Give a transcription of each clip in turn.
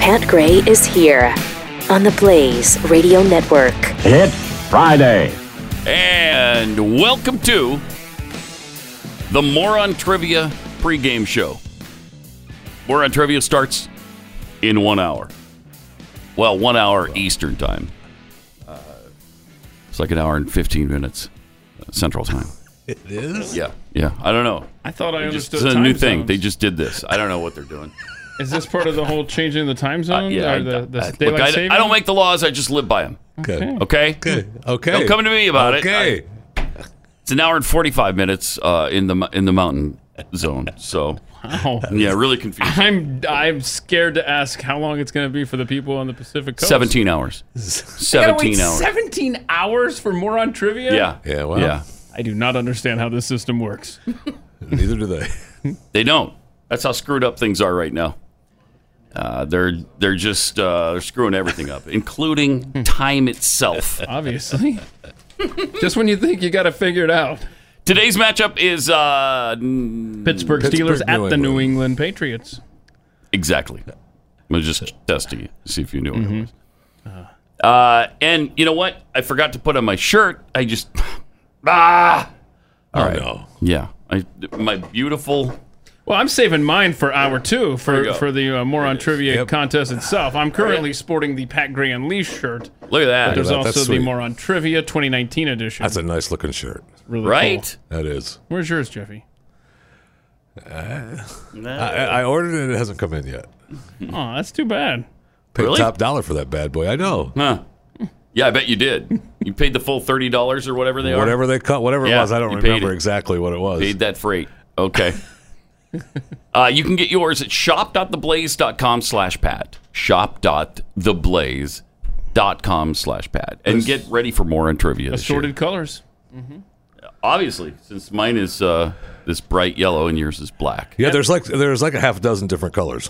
Pat Gray is here on the Blaze Radio Network. It's Friday. And welcome to the Moron Trivia pregame show. Moron Trivia starts in one hour. Well, one hour Eastern time. It's like an hour and 15 minutes uh, Central time. It is? Yeah. Yeah. I don't know. I thought I They just- understood. This is a time new thing. zones. They just did this. I don't know what they're doing. is this part of the whole changing the time zone? Uh, yeah. or the, the I, daylight look, I, saving? I don't make the laws. I just live by them. Good. Okay? Good. Okay. Don't come to me about it. okay. It's an hour and 45 minutes uh, in the mo- in the mountain zone. So, Wow. yeah, really confused. I'm I'm scared to ask how long it's going to be for the people on the Pacific Coast. 17 hours. I gotta 17 wait hours. 17 hours for moron trivia? Yeah. Yeah, well. Yeah. I do not understand how this system works. Neither do they. They don't. That's how screwed up things are right now. Uh, they're they're just uh, they're screwing everything up, including time itself. Obviously. Just when you think you got to figure it out. Today's matchup is uh, n- Pittsburgh Pittsburgh, Steelers at New the New England. England Patriots. exactly. I'm just testing you, see if you knew what Mm-hmm. it was. Uh, and you know what? I forgot to put on my shirt. I just ah All right. Oh, No. yeah. I my beautiful Well, I'm saving mine for hour two you for, go. for the uh, moron trivia Yep. contest itself. I'm currently sporting the Pat Gray Unleashed shirt. look at that. There's that. also That's the sweet. Moron Trivia 2019 edition. That's a nice looking shirt. really right? That is. cool. Where's yours, Jeffy? Uh, I, I ordered it. It hasn't come in yet. Oh, that's too bad. Paid Really? top dollar for that bad boy. I know. Huh? Yeah, I bet you did. You paid the full thirty dollars or whatever they are. Whatever they cut, whatever Yeah, it was, I don't you paid remember it. exactly what it was. Paid that freight. Okay. uh, you can get yours at shop.theblaze.com slash pat. Shop.theblaze.com slash pat. And get ready for more on trivia this year. Assorted colors. Obviously, since mine is uh, this bright yellow and yours is black. Yeah, there's like there's like a half dozen different colors.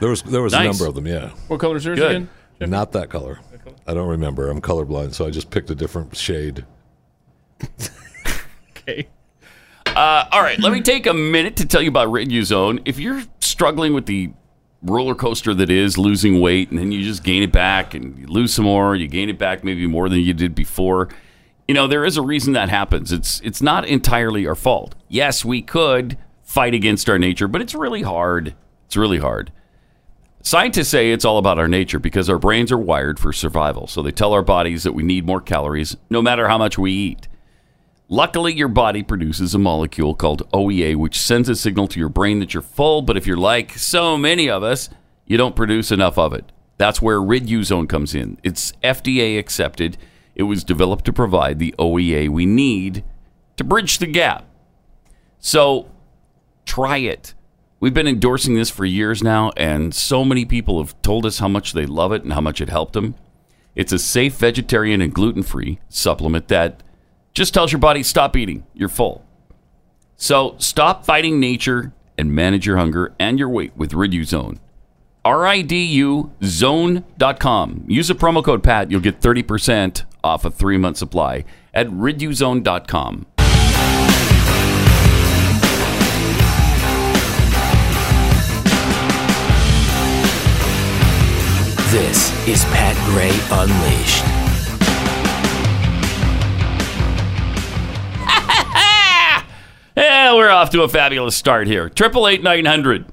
There was there was a Nice. number of them. Yeah, What color is yours Good. again? not that color. I don't remember. I'm colorblind, so I just picked a different shade. Okay. Uh, all right, let me take a minute to tell you about Radio Zone. If you're struggling with the roller coaster that is losing weight and then you just gain it back and you lose some more, you gain it back maybe more than you did before, you know, there is a reason that happens. It's it's not entirely our fault. Yes, we could fight against our nature, but it's really hard. It's really hard. Scientists say it's all about our nature because our brains are wired for survival. So they tell our bodies that we need more calories no matter how much we eat. Luckily, your body produces a molecule called OEA, which sends a signal to your brain that you're full. But if you're like so many of us, you don't produce enough of it. That's where Riduzone comes in. It's FDA accepted. It was developed to provide the OEA we need to bridge the gap. So try it. We've been endorsing this for years now, and so many people have told us how much they love it and how much it helped them. It's a safe vegetarian and gluten free supplement that just tells your body stop eating. You're full. So stop fighting nature and manage your hunger and your weight with Riduzone. RIDUZone.com. Use the promo code PAT. You'll get 30% off a three month supply at RidUZone.com. This is Pat Gray Unleashed. Yeah, we're off to a fabulous start here. Triple eight nine hundred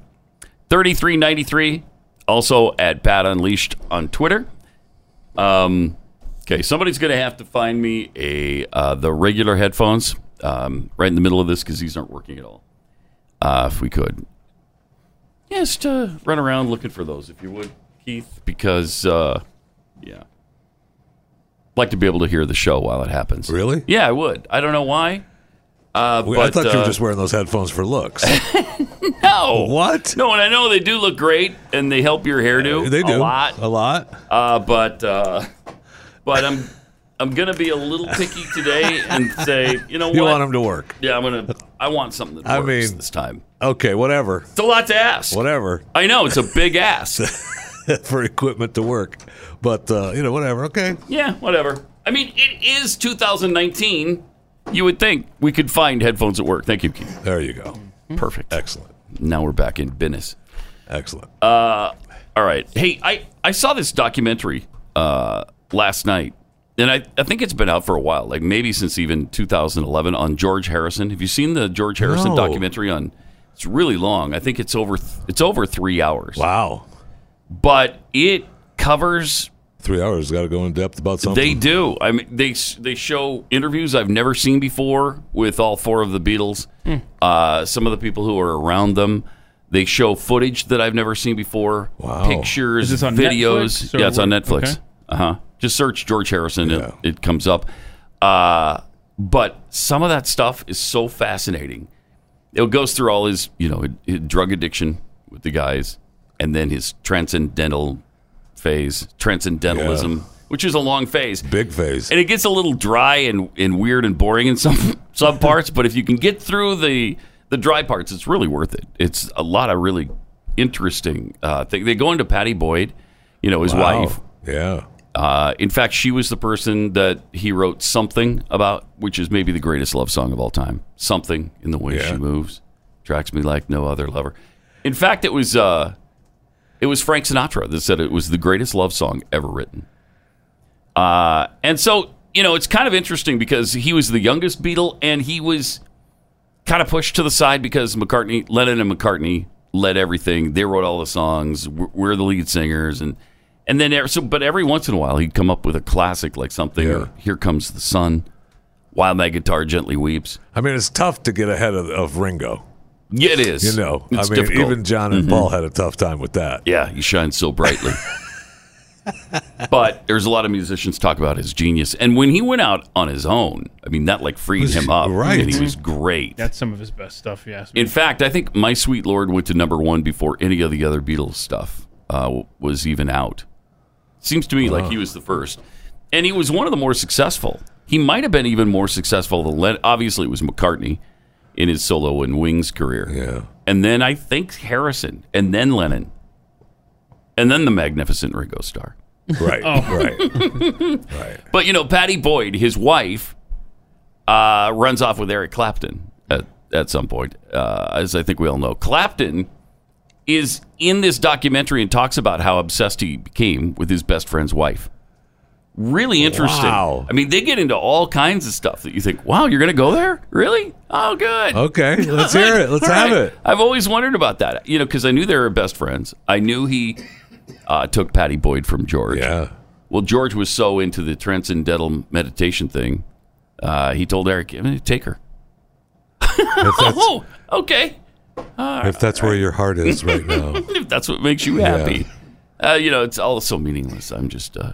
thirty three ninety three. Also at Pat Unleashed on Twitter. Um, okay, somebody's gonna have to find me a uh, the regular headphones um, right in the middle of this because these aren't working at all. Uh, if we could, yes, to run around looking for those, if you would, Keith, because uh, yeah, I'd like to be able to hear the show while it happens. Really? Yeah, I would. I don't know why. Uh, We- but, I thought you uh, were just wearing those headphones for looks. no. what? No, and I know they do look great, and they help your hairdo. Uh, They do a lot. A lot. Uh, but uh, but I'm I'm gonna be a little picky today and say you know You what? want them to work? yeah, I'm gonna I want something that I works mean- this time. Okay, whatever, It's a lot to ask. whatever I know it's a big ask. for equipment to work, but uh, you know, whatever. Okay, yeah, whatever. I mean, it is 2019. You would think we could find headphones at work. Thank you, Keith. Mm-hmm. there you go. Perfect. Excellent, Now we're back in business. excellent. All right. Hey, I, I saw this documentary uh, last night, and I, I think it's been out for a while, like maybe since even 2011 on George Harrison. Have you seen the George Harrison No. documentary on? It's really long. I think it's over th- it's over three hours. Wow. But it covers Three hours. Got to go in depth about something. They do. I mean, they they show interviews I've never seen before with all four of the Beatles. Hmm. Uh, some of the people who are around them. They show footage that I've never seen before. Wow. Pictures, Is this on videos. Netflix or yeah, it's on what? Netflix. Okay. Uh huh. Just search George Harrison. Yeah. It, it comes up. Uh, but some of that stuff is so fascinating. It goes through all his, you know, his, his drug addiction with the guys, and then his transcendental phase, transcendentalism, which is a long phase. Big phase. And it gets a little dry and, and weird and boring in some some parts, but if you can get through the the dry parts, it's really worth it. It's a lot of really interesting uh, things. They go into Patty Boyd, you know, his Wow. wife. Oh, Yeah. Uh, in fact, she was the person that he wrote something about, which is maybe the greatest love song of all time. Something in the way Yeah. she moves attracts me like no other lover. In fact, it was uh, it was Frank Sinatra that said it was the greatest love song ever written. Uh, and so you know, it's kind of interesting because he was the youngest Beatle, and he was kind of pushed to the side because McCartney, Lennon, and McCartney led everything. They wrote all the songs. We're, we're the lead singers, and and then ev- so, but every once in a while he'd come up with a classic like something Yeah. or Here Comes the Sun, While My Guitar Gently Weeps. I mean, it's tough to get ahead of, of Ringo. Yeah, it is. You know, it's I mean, difficult. Mm-hmm. even John and Paul had a tough time with that. yeah, you shine so brightly. but there's a lot of musicians talk about his genius, and when he went out on his own, I mean that like freed Was- him up, right. And he was great. That's some of his best stuff, yes. In fact, I think My Sweet Lord went to number one before any of the other Beatles stuff uh, w- was even out. Seems to me like he was the first. And he was one of the more successful. He might have been even more successful than Len- obviously it was McCartney in his solo and Wings career. Yeah. And then I think Harrison, and then Lennon, and then the magnificent Ringo Starr. Right. Oh. Right. right. But you know, Patty Boyd, his wife, uh, runs off with Eric Clapton at, at some point, uh, as I think we all know. Clapton is in this documentary and talks about how obsessed he became with his best friend's wife. Really interesting. Wow. I mean, they get into all kinds of stuff that you think, wow, you're going to go there? Really? Oh, good. Okay. Let's hear it. Let's All have right. it. I've always wondered about that, you know, because I knew they were best friends. I knew he uh, took Patty Boyd from George. Yeah. Well, George was so into the transcendental meditation thing, uh, he told Eric, "Eh, "Take her." If that's, Oh, okay. if that's where your heart is right now. If that's what makes you Yeah. happy, uh, you know, it's all so meaningless. I'm just, uh,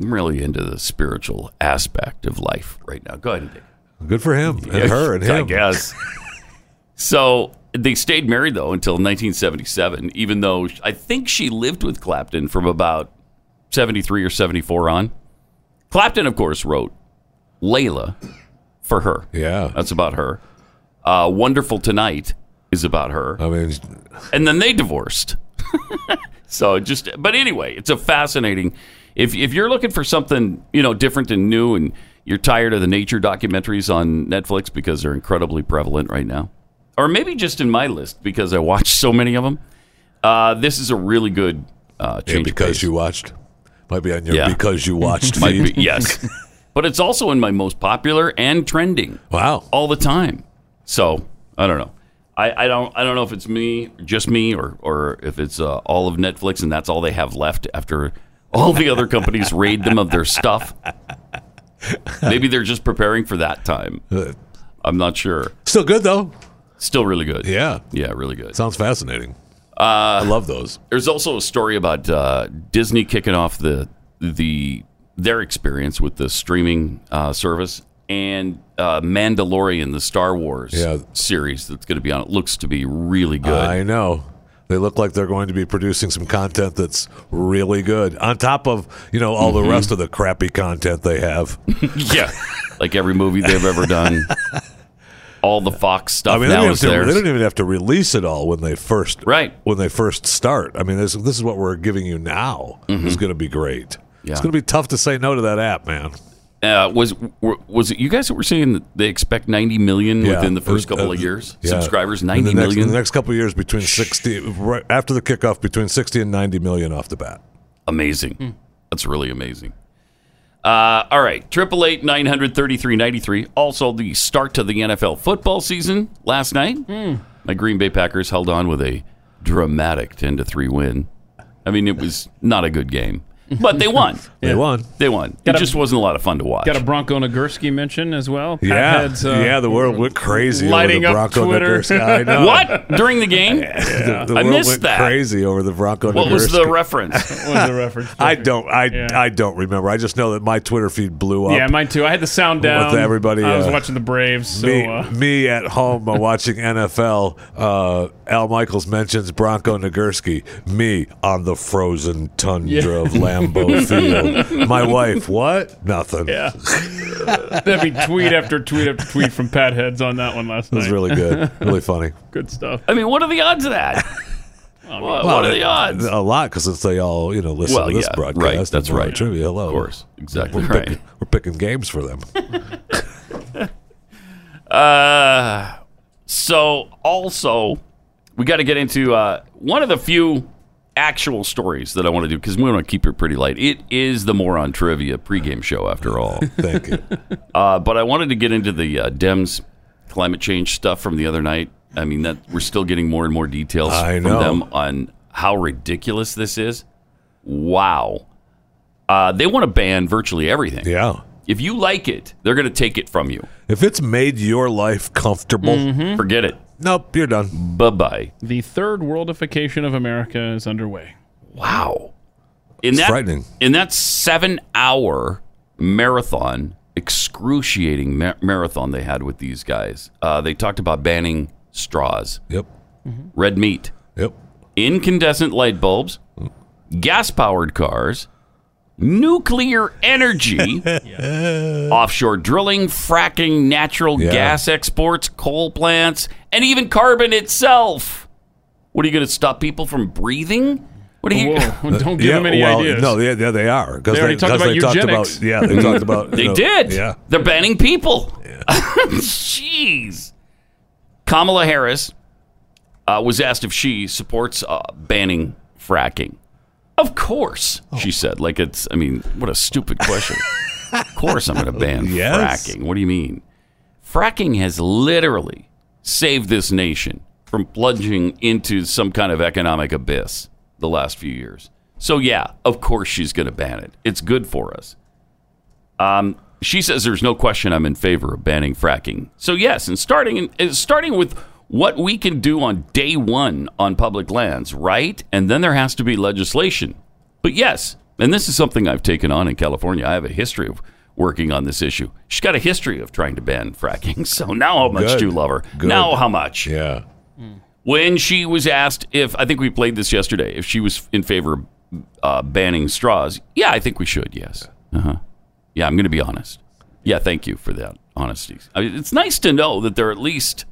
I'm really into the spiritual aspect of life right now. Go ahead and take. Good for him and her and him. I guess. so they stayed married though until 1977, even though sh- I think she lived with Clapton from about 73 or 74 on. Clapton, of course, wrote Layla for her. Yeah. That's about her. Uh, Wonderful Tonight is about her I mean, and then they divorced. so it just, but anyway, it's a fascinating. If if you're looking for something you know different and new, and you're tired of the nature documentaries on Netflix because they're incredibly prevalent right now, or maybe just in my list because I watch so many of them, uh, this is a really good uh, yeah, change. of because pace. you watched. Might be on your Yeah. because you watched feed. might be yes, but it's also in my most popular and trending Wow. all the time. So I don't know. I, I don't I don't know if it's me, just me, or or if it's uh, all of Netflix and that's all they have left after all the other companies raid them of their stuff. Maybe they're just preparing for that time. Uh, I'm not sure. Still good though. Still really good. Yeah. Yeah, really good. Sounds fascinating. I Uh, love those. There's also a story about uh, Disney kicking off the the their experience with the streaming uh, service and uh, Mandalorian, the Star Wars Yeah. series that's going to be on. It looks to be really good. I know. They look like they're going to be producing some content that's really good. On top of, you know, all Mm-hmm. the rest of the crappy content they have. yeah, like every movie they've ever done, all the Fox stuff I mean, they now don't, have is to, they theirs. don't even have to release it all when they first Right. when they first start. I mean, this, this is what we're giving you now. It's going to be great. Mm-hmm. Yeah. It's going to be tough to say no to that app, man. uh, was were- was it you guys that were saying that they expect 90 million Yeah. within the Uh, first couple of uh, years? yeah. Subscribers, In the 90 next- in million. the next couple of years, between 60, right after the kickoff, between 60 and 90 million off the bat. Amazing. That's really amazing. Uh, all right, triple eight nine hundred thirty three ninety three. Also, the start to the NFL football season last night. My Green Bay Packers held on with a dramatic ten to three win. I mean, it was not a good game, but they won. They won. They won. It Gotta- just wasn't a lot of fun to watch. Got a Bronco Nagurski mention as well. Pat Yeah, Heads, uh, yeah. The world went crazy lighting over up the Bronco Twitter. Nagurski. I know. what during the game? The, the I world missed went that. crazy over the Bronco What was Nagurski. the reference? what was the reference? I don't. I Yeah. I don't remember. I just know that my Twitter feed blew up. Yeah, mine too. I had the sound down. everybody, I was uh, watching the Braves. So me, uh, me at home uh, watching NFL. Uh, Al Michaels mentions Bronco Nagurski. Me on the frozen tundra of Lambeau Field. My wife, what? Nothing. yeah, that'd be tweet after tweet after tweet from Pat Heads on that one last It was night. really good. Really funny. good stuff. I mean, what are the odds of that? what, what are the odds? A lot because it's they all you know listen Well, to this yeah, right, broadcast. and that's Morning right. Trivia. Hello. Of course, exactly We're, right. picking, we're picking games for them. Uh, so also, we got to get into uh, one of the few actual stories that I want to do because we want to keep it pretty light. It is the moron trivia pregame show after all. Thank you. uh, but I wanted to get into the uh, Dems climate change stuff from the other night. I mean that we're still getting more and more details I from know. them on how ridiculous this is. Wow. Uh, they want to ban virtually everything. Yeah. If you like it, they're going to take it from you. If it's made your life comfortable, Forget it. nope, you're done. Bye bye. The third worldification of America is underway. Wow. In that frightening. in that 7-hour marathon, excruciating ma- marathon they had with these guys. Uh, they talked about banning straws, Yep. red meat, Yep. incandescent light bulbs, gas-powered cars, nuclear energy, offshore drilling, fracking, natural Yeah. gas exports, coal plants, and even carbon itself. What are you going to stop people from breathing? What are you Whoa! Don't give yeah, them any well, ideas. No, yeah, yeah, they are. Because They already talked about eugenics. yeah, they talked about. you They know, did. Yeah. They're banning people. Jeez. Kamala Harris uh, was asked if she supports uh, banning fracking. Of course, Oh. she said. Like it's. I mean, what a stupid question. of course, I'm going to ban Yes. fracking. What do you mean? Fracking has literally saved this nation from plunging into some kind of economic abyss the last few years. So yeah, of course she's going to ban it. It's good for us. Um, she says there's no question I'm in favor of banning fracking. So yes, and starting and starting with what we can do on day one on public lands, right? And then there has to be legislation. But yes, and this is something I've taken on in California. I have a history of working on this issue. She's got a history of trying to ban fracking. So now how much Good. do you love her? Good. Now how much? Yeah. when she was asked if I think we played this yesterday, if she was in favor of uh, banning straws, yeah, I think we should. Yes. Uh huh. Yeah, I'm going to be honest. Yeah, thank you for that honesty. I mean, it's nice to know that they're at least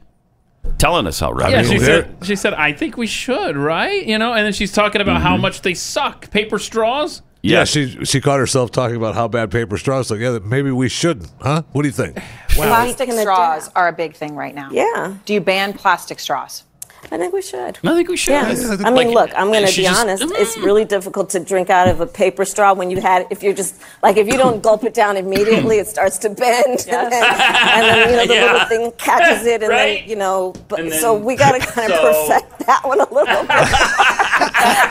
telling us how right. Yeah, I mean, she they're- said. She said, "I think we should, right? You know." And then she's talking about how much they suck. Paper straws. Yeah, she she caught herself talking about how bad paper straws look. Yeah, that maybe we shouldn't, huh? What do you think? Plastic straws are a big thing right now. Yeah, Do you ban plastic straws? I think we should. I think we should. Yeah. think I mean, Like, look, I'm going to she be just- honest. It's really difficult to drink out of a paper straw when you had, if you're just, like, if you don't gulp it down immediately, it starts to bend. And, then, and then, you know, the Yeah. little thing catches it. And Right? then, you know, but, And so then- we got to kind of so- perfect that one a little bit.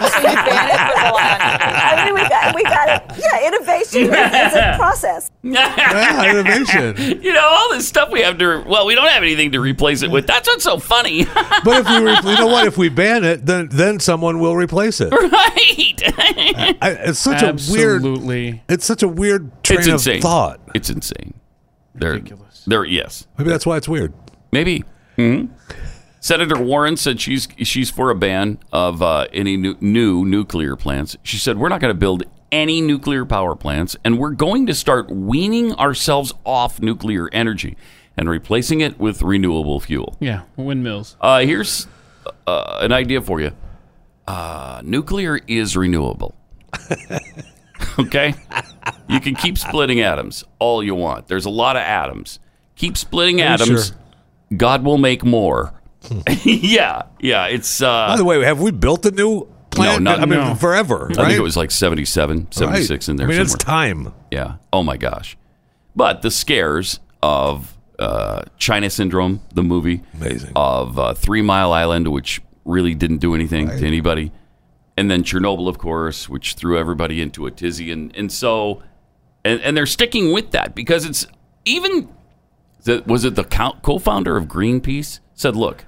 So you ban it for the law. I mean, we got, we got to, yeah, innovation is, is a process. Yeah, innovation. You know, all this stuff we have to, well, we don't have anything to replace it with. That's what's so funny. But if we, re- you know what, if we ban it, then then someone will replace it. right. I, it's such a weird. Absolutely. It's such a weird train it's insane. of thought. It's insane. They're, Ridiculous. They're, yes. Maybe that's why it's weird. Maybe. Hmm? Senator Warren said she's she's for a ban of uh, any new, new nuclear plants. She said we're not going to build any nuclear power plants, and we're going to start weaning ourselves off nuclear energy and replacing it with renewable fuel. Yeah, windmills. Uh, here's uh, an idea for you. Uh, nuclear is renewable. Okay? You can keep splitting atoms all you want. There's a lot of atoms. Keep splitting Are you atoms. sure? God will make more. yeah. Yeah. It's uh By the way, have we built a new planet? not- I mean, no. forever. I think right? it was like 77, 76 Right. in there I mean, somewhere. it's time. Yeah. Oh my gosh. But the scares of uh, China Syndrome, the movie, Amazing. of uh, Three Mile Island, which really didn't do anything to anybody, and then Chernobyl, of course, which threw everybody into a tizzy, and and so, and and they're sticking with that because it's even the, was it the co- co-founder of Greenpeace said, look,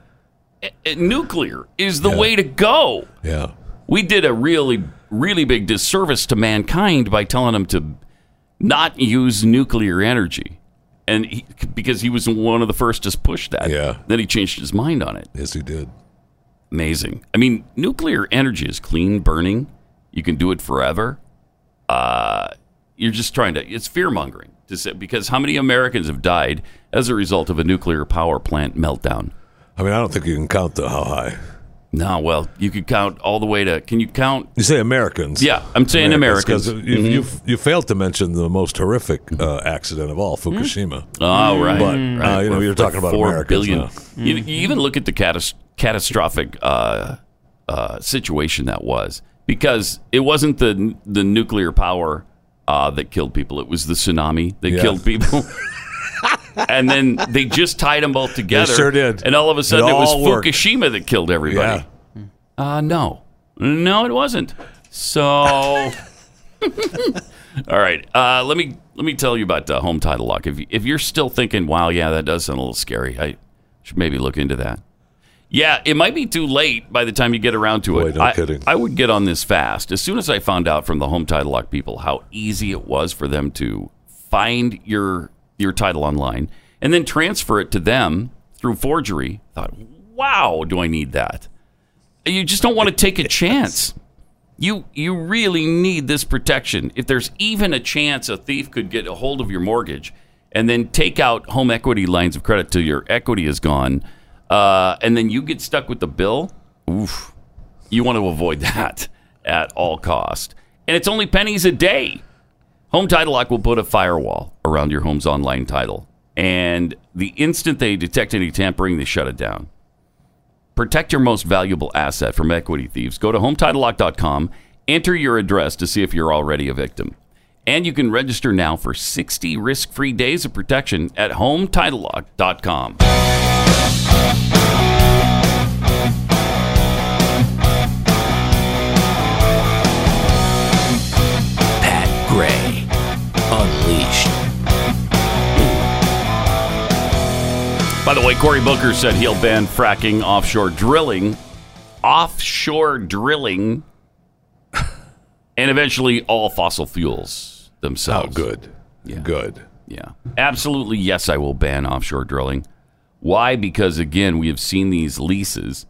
eh, eh, nuclear is the way to go Yeah. we did a really really big disservice to mankind by telling them to not use nuclear energy and he, because he was one of the first to push that Yeah. then he changed his mind on it Yes, we did. amazing i mean nuclear energy is clean burning you can do it forever uh, you're just trying to it's fear mongering to say because how many americans have died as a result of a nuclear power plant meltdown I mean, I don't think you can count the how high. no well you could count all the way to can you count You say Americans. Yeah, I'm saying Because Americans. you, you, you failed to mention the most horrific uh, accident of all, Fukushima. Mm-hmm. Oh, right. But, right. uh, you know, We're you're talking about Mm. four Americans billion. now. You, you even look at the catas- catastrophic uh, uh, situation that was because it wasn't the the nuclear power uh, that killed people; it was the tsunami that Yeah. killed people. and then they just tied them both together. sure did. And all of a sudden, It it, was all worked. Fukushima that killed everybody. Uh, no, no, it wasn't. So, all right. Uh, let me let me tell you about uh, home title lock. If you, if you're still thinking, wow, yeah, that does sound a little scary, I should maybe look into that. Yeah, it might be too late by the time you get around to Boy, it. no I, kidding. I would get on this fast as soon as I found out from the home title lock people how easy it was for them to find your your title online and then transfer it to them through forgery. I thought, wow, do I need that? you just don't want to take a chance. You you really need this protection. If there's even a chance a thief could get a hold of your mortgage and then take out home equity lines of credit till your equity is gone, uh, and then you get stuck with the bill, oof, you want to avoid that at all cost. And it's only pennies a day. Home Title Lock will put a firewall around your home's online title, and the instant they detect any tampering, they shut it down. Protect your most valuable asset from equity thieves. Go to HometitleLock.com, enter your address to see if you're already a victim. And you can register now for 60 risk free days of protection at HometitleLock.com. Pat Gray Unleashed. By the way, Cory Booker said he'll ban fracking, offshore drilling, offshore drilling, and eventually all fossil fuels Oh, themselves. good. Good. Yeah. Absolutely, yes, I will ban offshore drilling. Why? Because, again, we have seen these leases.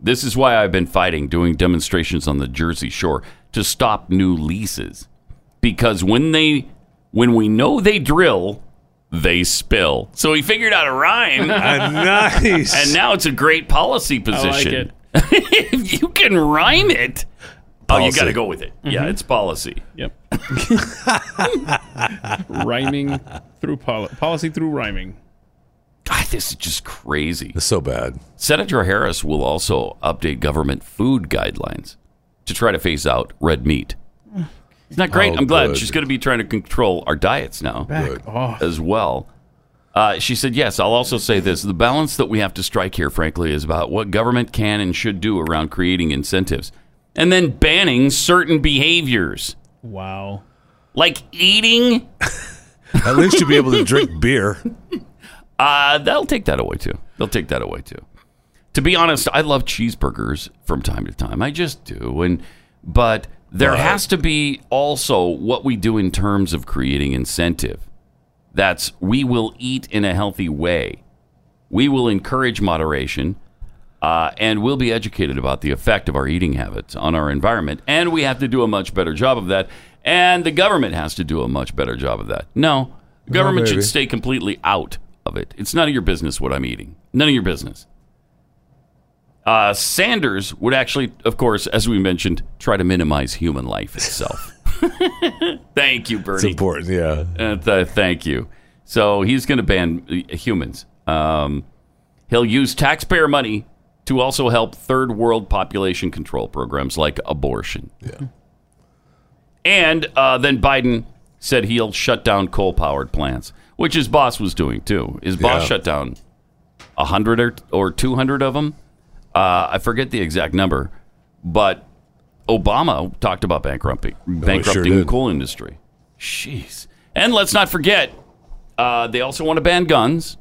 This is why I've been fighting doing demonstrations on the Jersey Shore to stop new leases. Because when they when we know they drill, they spill. So he figured out a rhyme And nice. and now it's a great policy position. if you can rhyme it, oh, you Policy. got to go with it. Yeah, it's policy. Yep. rhyming through poli- policy through rhyming. God, this is just crazy. It's so bad. Senator Harris will also update government food guidelines to try to phase out red meat. It's not great. Oh, I'm glad good. she's going to be trying to control our diets now Good. as well. Uh, she said, Yes, I'll also say this. The balance that we have to strike here, frankly, is about what government can and should do around creating incentives and then banning certain behaviors Wow. like eating. At least you'll be able to drink beer. Uh, they'll take that away too. They'll take that away too. To be honest, I love cheeseburgers from time to time. I just do, and but there Right. has to be also what we do in terms of creating incentive. That's we will eat in a healthy way. We will encourage moderation, uh, and we'll be educated about the effect of our eating habits on our environment. And we have to do a much better job of that. And the government has to do a much better job of that. No, the government should maybe. stay completely out of it. It's none of your business what I'm eating. None of your business. Uh, Sanders would actually, of course, as we mentioned, try to minimize human life itself. Thank you, It's Bernie. important, yeah. Uh, th- thank you. So he's going to ban uh, humans. Um, he'll use taxpayer money to also help third world population control programs like abortion. Yeah. And uh, then Biden said he'll shut down coal powered plants, which his boss was doing too. His boss Yeah. shut down 100 or, or 200 of them. Uh, I forget the exact number, but Obama talked about bankrupting, bankrupting the did. coal industry. Jeez. And let's not forget, uh, they also want to ban guns.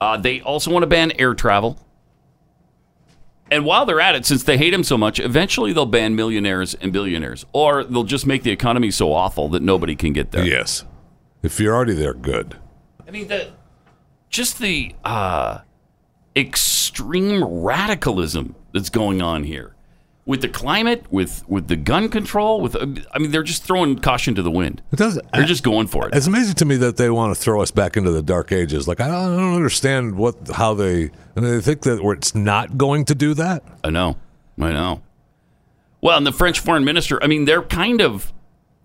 Uh, they also want to ban air travel. And while they're at it, since they hate him so much, eventually they'll ban millionaires and billionaires, or they'll just make the economy so awful that nobody can get there. Yes. If you're already there, good. I mean, the just the uh, extreme radicalism that's going on here with the climate, with with the gun control, with I mean, they're just throwing caution to the wind. It doesn't. They're just going for it. It's amazing to me that they want to throw us back into the dark ages. Like I don't, I don't understand what how they and they think that we're- it's not going to do that. I know. I know. Well, and the French foreign minister, I mean, they're kind of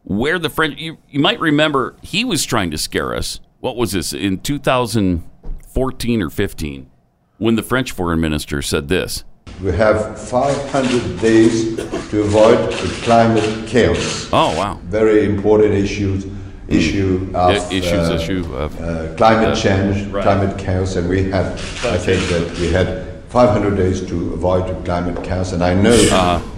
where the French, you, you might remember he was trying to scare us. What was this in 2014 or 15 when the French foreign minister said this? We have 500 days to avoid a climate chaos. Oh, wow. Very important issues, issue of Yeah, issues, uh, issue of- uh, climate uh, change, right. climate chaos, and we had. I think that we had 500 days to avoid climate chaos, and I know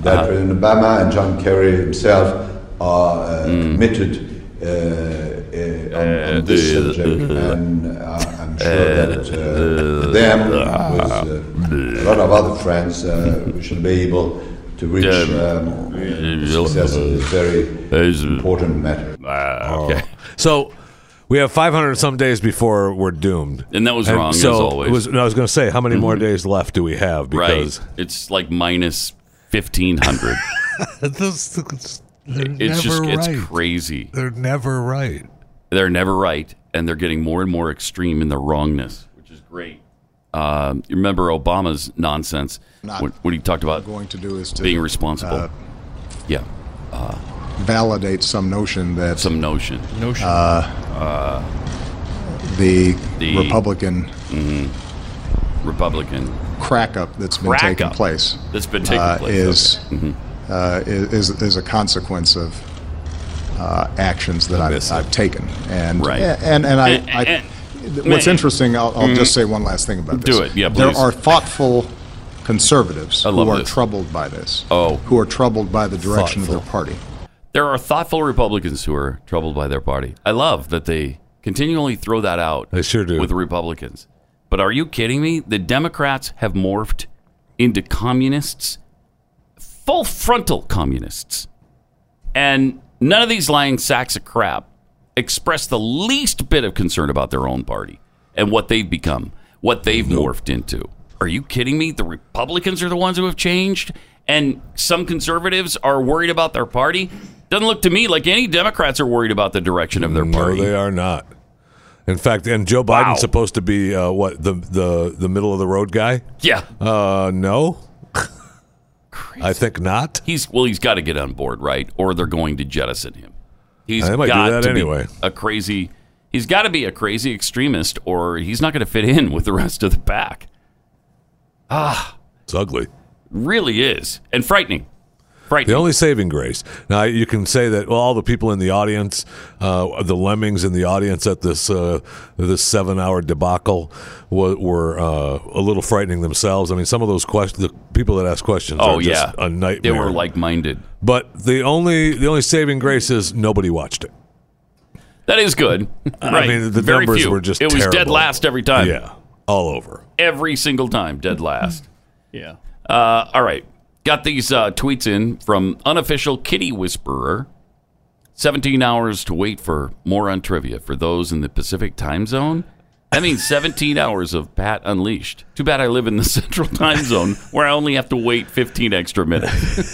that President Obama and John Kerry himself are uh, committed. Uh, uh, on, on this Uh, subject, and I- I'm sure that uh, them, with uh, a lot of other friends, uh, we should be able to reach um, success in this very uh, important matter. okay. Oh. So we have 500 some days before we're doomed. And that was wrong, so as always. Mm-hmm. it was- no, I was going to say, how many more days left do we have? Because right. It's like minus 1,500. this, it's it's just, it's crazy. They're never right. They're never right, and they're getting more and more extreme in their wrongness, which is great. Um, you remember Obama's nonsense when, when he talked about going to do is to being responsible. uh, yeah, validate some notion that some notion. Notion. the, The- Republican Republican crack up that's been Crack taking up. place that's been taking uh, place is, Okay. Mm-hmm. uh, is is a consequence of uh, actions that I've, I've taken, and Right. and and I. Eh, And- I and- What's Man. interesting, uh, I'll, I'll just say one last thing about this. Do it. Yeah, There please. are thoughtful conservatives who love are this. troubled by this. Oh. Who are troubled by the direction of their Thoughtful. party. There are thoughtful Republicans who are troubled by their party. I love that they continually throw that out. They sure do. With Republicans. But are you kidding me? The Democrats have morphed into communists, full frontal communists. And none of these lying sacks of crap express the least bit of concern about their own party and what they've become, what they've morphed into. Are you kidding me? The Republicans are the ones who have changed, and some conservatives are worried about their party. Doesn't look to me like any Democrats are worried about the direction of their No, party. they are not. In fact, and Joe Biden's Wow. supposed to be uh, what the the the middle of the road guy. Yeah. Uh, no, I think not. He's well, he's got to get on board, right? Or they're going to jettison him. He's They might do got that to anyway. be a crazy. He's got to be a crazy extremist, or he's not going to fit in with the rest of the pack. It's ugly. Really is, and frightening. Frightening. The only saving grace. Now you can say that well, all the people in the audience, uh, the lemmings in the audience at this uh, this seven hour debacle, were, were uh, a little frightening themselves. I mean, some of those questions, the people that ask questions, oh are yeah, just a nightmare. They were like-minded. but the only the only saving grace is nobody watched it. That is good. right. mean, the Very numbers few. were just It was dead terrible. last every time. yeah, all over. Every single time, dead last. yeah. Uh, all right. Got these uh, tweets in from unofficial kitty whisperer. 17 hours to wait for more on trivia for those in the Pacific time zone. That means 17 hours of Pat Unleashed. Too bad I live in the central time zone where I only have to wait 15 extra minutes.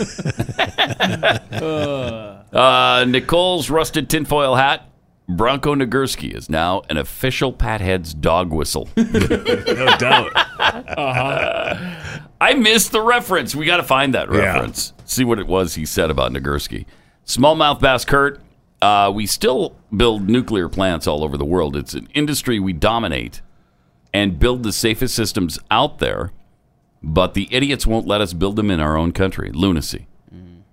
uh, Nicole's rusted tinfoil hat. Bronco Nagurski is now an official Pat Head's dog whistle. No doubt. I missed the reference. We got to find that Yeah. reference. See what it was he said about Nagurski. Smallmouth bass Kurt, uh, we still build nuclear plants all over the world. It's an industry we dominate and build the safest systems out there, but the idiots won't let us build them in our own country. Lunacy.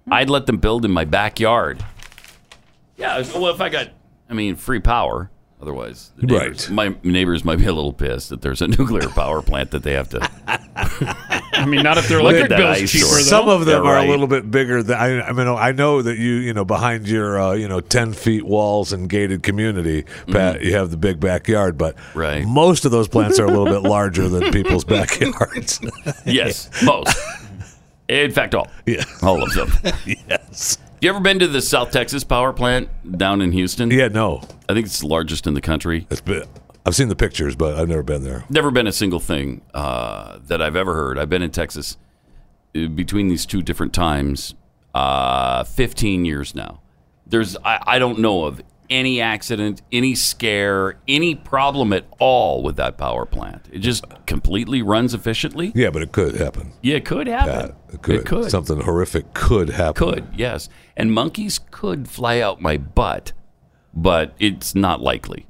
I'd let them build in my backyard. Yeah, if- well, if I got, I mean, free power. Otherwise, the neighbors- Right. my neighbors might be a little pissed that there's a nuclear power plant that they have to. I mean, not if their Look electric at that bill's eyesore. cheaper though. Some of them Yeah, are right. a little bit bigger. Than, I, I mean, I know that you, you know, behind your, uh, you know, ten feet walls and gated community, Pat, you have the big backyard. But Mm-hmm. Right. most of those plants are a little bit larger than people's backyards. Yes, most. In fact, all. Yeah. All of them. yes. You ever been to the South Texas power plant down in Houston? Yeah. No. I think it's the largest in the country. It's been, I've seen the pictures, but I've never been there. Never been a single thing uh, that I've ever heard. I've been in Texas uh, between these two different times, uh, 15 years now. There's, I, I don't know of any accident, any scare, any problem at all with that power plant. It just completely runs efficiently. Yeah, but it could happen. Yeah, it could happen. Pat. It could. It could. Something horrific could happen. Could, yes. And monkeys could fly out my butt, but it's not likely.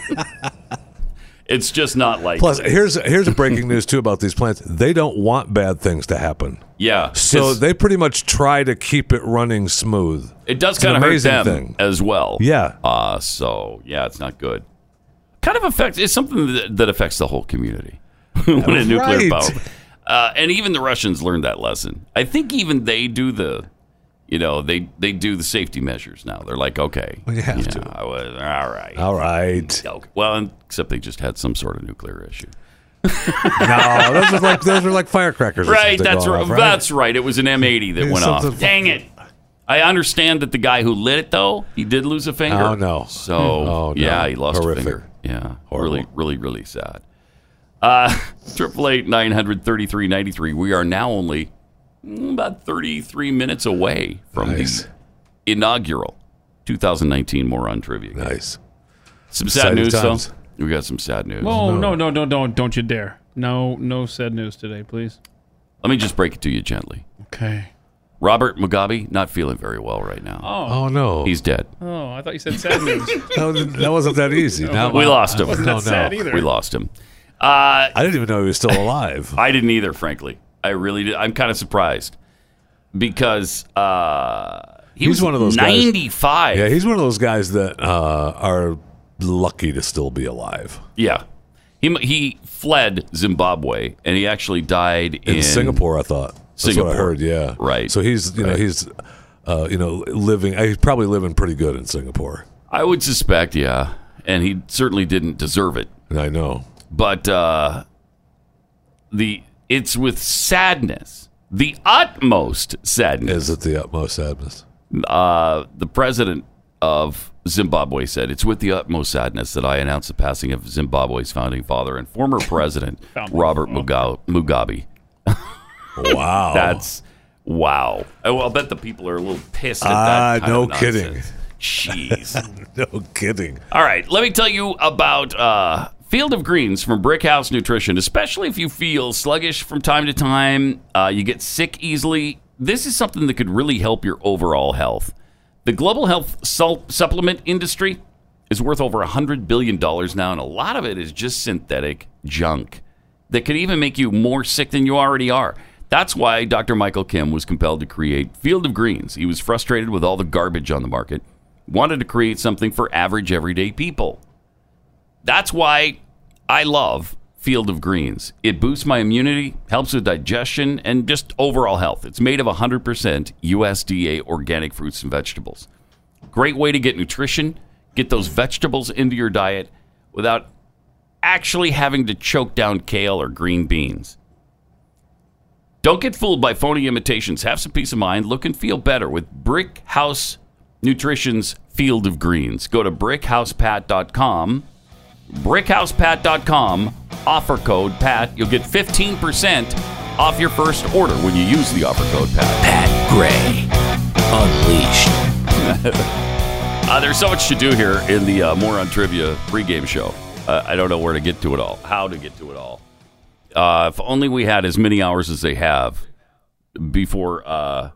it's just not likely. Plus, here's here's a breaking news too about these plants. They don't want bad things to happen. yeah. So it's- they pretty much try to keep it running smooth. it does an kind of hurt amazing them thing. as well. Yeah. Uh, so, yeah, it's not good. Kind of affects, it's something that, that affects the whole community when a nuclear Right. power. Uh, and even the Russians learned that lesson. I think even they do the, you know, they, they do the safety measures now. They're like, okay. Well, you have know, to. I was, all right. All right. Okay. Well, except they just had some sort of nuclear issue. No, those are like those are like firecrackers. or Right. something That's going right. off, right. That's right. It was an M80 that Yeah, went off. something- Dang it. I understand that the guy who lit it though, he did lose a finger. Oh, no. So Oh, no. yeah, he lost Horrific. a finger. Yeah. Horrible. Really, really, really sad. Uh, Triple eight nine hundred thirty three ninety three. We are now only mm, about thirty three minutes away from Nice. the inaugural 2019 Moron Trivia. Game. nice. Some sad Exciting news times. though. We got some sad news. Oh no no no don't don't you dare! No no sad news today, please. Let me just break it to you gently. Okay. Robert Mugabe not feeling very well right now. Oh no, He's dead. Oh, I thought you said sad news. that, wasn't- that wasn't that easy. Oh, Now- We lost him. Wasn't No, that sad no. either? We lost him. Uh, I didn't even know he was still alive. I didn't either, frankly. I really did. I'm kind of surprised because uh, he He's was one of those guys- 95. yeah, he's one of those guys that uh, are lucky to still be alive Yeah. He, he fled Zimbabwe and he actually died in, in, Singapore. I thought that's Singapore. what I heard. Yeah, Right. So he's you know he's uh, you know living. He's probably living pretty good in Singapore. I would suspect, yeah. And he certainly didn't deserve it. And I know. but uh, the it's with sadness, the utmost sadness. Is it the utmost sadness? Uh, the president of Zimbabwe said, "It's with the utmost sadness that I announce the passing of Zimbabwe's founding father and former president Robert Muga- Mugabe." Wow. That's wow. Oh, I'll bet the people are a little pissed at Ah, that. kind no of nonsense. kidding. Jeez. no kidding. All right, let me tell you about uh, Field of Greens from Brickhouse Nutrition. Especially if you feel sluggish from time to time, uh, you get sick easily. This is something that could really help your overall health. The global health sul- supplement industry is worth over $100 billion now, and a lot of it is just synthetic junk that could even make you more sick than you already are. That's why Dr. Michael Kim was compelled to create Field of Greens. He was frustrated with all the garbage on the market, wanted to create something for average, everyday people. That's why I love Field of Greens. It boosts my immunity, helps with digestion, and just overall health. It's made of 100% USDA organic fruits and vegetables. Great way to get nutrition, get those vegetables into your diet without actually having to choke down kale or green beans. Don't get fooled by phony imitations. Have some peace of mind. Look and feel better with Brick House Nutrition's Field of Greens. Go to brickhousepat.com. Brickhousepat.com. Offer code PAT. You'll get 15% off your first order when you use the offer code PAT. Pat Gray Unleashed. Uh, there's so much to do here in the uh, Moron Trivia pregame show. Uh, I don't know where to get to it all, how to get to it all. Uh, if only we had as many hours as they have before uh,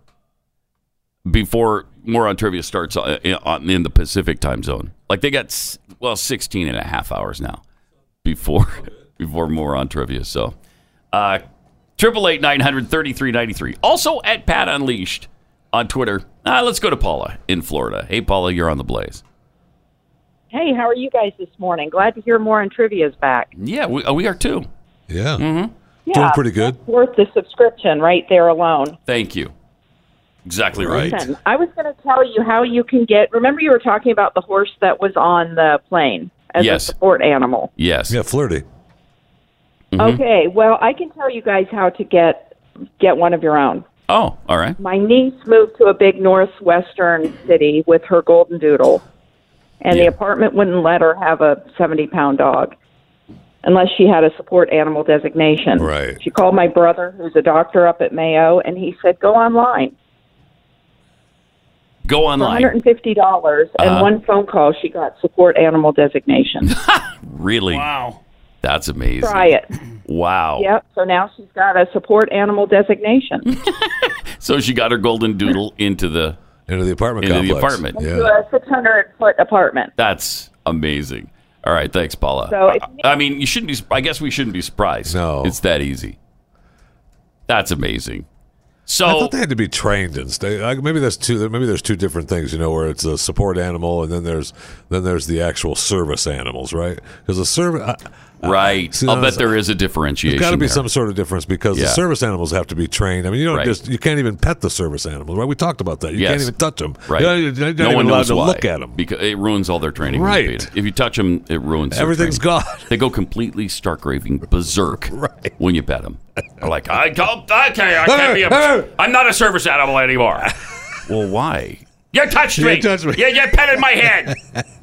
before more on trivia starts uh, in on- in the Pacific time zone. Like they got s- well 16 and a half hours now before before more on trivia. So uh triple eight nine hundred thirty three ninety three. Also at Pat Unleashed on Twitter. Uh, let's go to Paula in Florida. Hey Paula, you're on the blaze. Hey, how are you guys this morning? Glad to hear more on trivia's back. Yeah, we, uh, we are too. Yeah. Mm-hmm. Yeah, Doing pretty good. worth the subscription right there alone. Thank you. Exactly right. Listen, I was going to tell you how you can get. Remember, you were talking about the horse that was on the plane as Yes. a support animal. Yes. Yeah, flirty. Mm-hmm. Okay, well, I can tell you guys how to get get one of your own. Oh, all right. My niece moved to a big northwestern city with her golden doodle, and Yeah. the apartment wouldn't let her have a 70 pound dog unless she had a support animal designation. Right. She called my brother, who's a doctor up at Mayo, and he said, Go online. Go For online. $150 and one phone call, she got support animal designation. Really? Wow. That's amazing. Try it. Wow. Yep. So now she's got a support animal designation. So she got her golden doodle into the Into the apartment into the complex. apartment. Yeah. to a 600 foot apartment. That's amazing. All right, thanks, Paula. So if- I, I mean, you shouldn't be. I guess we shouldn't be surprised. No. it's that easy. That's amazing. So I thought they had to be trained and stay. Like maybe that's two. Maybe there's two different things. You know, where it's a support animal, and then there's then there's the actual service animals, right? Because the service, right, See, I'll now bet it's- there is a differentiation. there's got to be there. some sort of difference because Yeah. the service animals have to be trained. I mean, you don't Right. just you can't even pet the service animals, right? We talked about that. You Yes. can't even touch them. Right, You're not, you're not no even one allowed knows to why. look at them. because it ruins all their training. when you Right. feed 'em. if you touch them, it ruins their Everything's training. gone. They go completely stark raving berserk Right. when you pet them. They're like, I don't, I can't, I can't be a, I'm not a service animal anymore. well, why? You touched me. You touched me. You, you petted my head.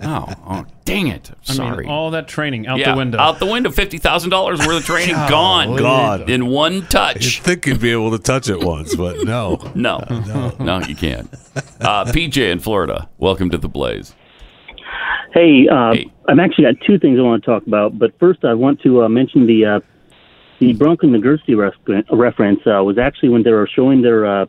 oh, oh, dang it. I'm I mean, sorry. all that training out yeah, the window. Out the window. $50,000 worth of training gone. God. In one touch. You'd think you'd be able to touch it once, but no. No. No, you can't. Uh, PJ in Florida, welcome to the Blaze. Hey, uh, Hey. I'm actually got two things I want to talk about, but first I want to uh, mention the uh, the Bronco Nagurski res- reference uh, was actually when they were showing their uh,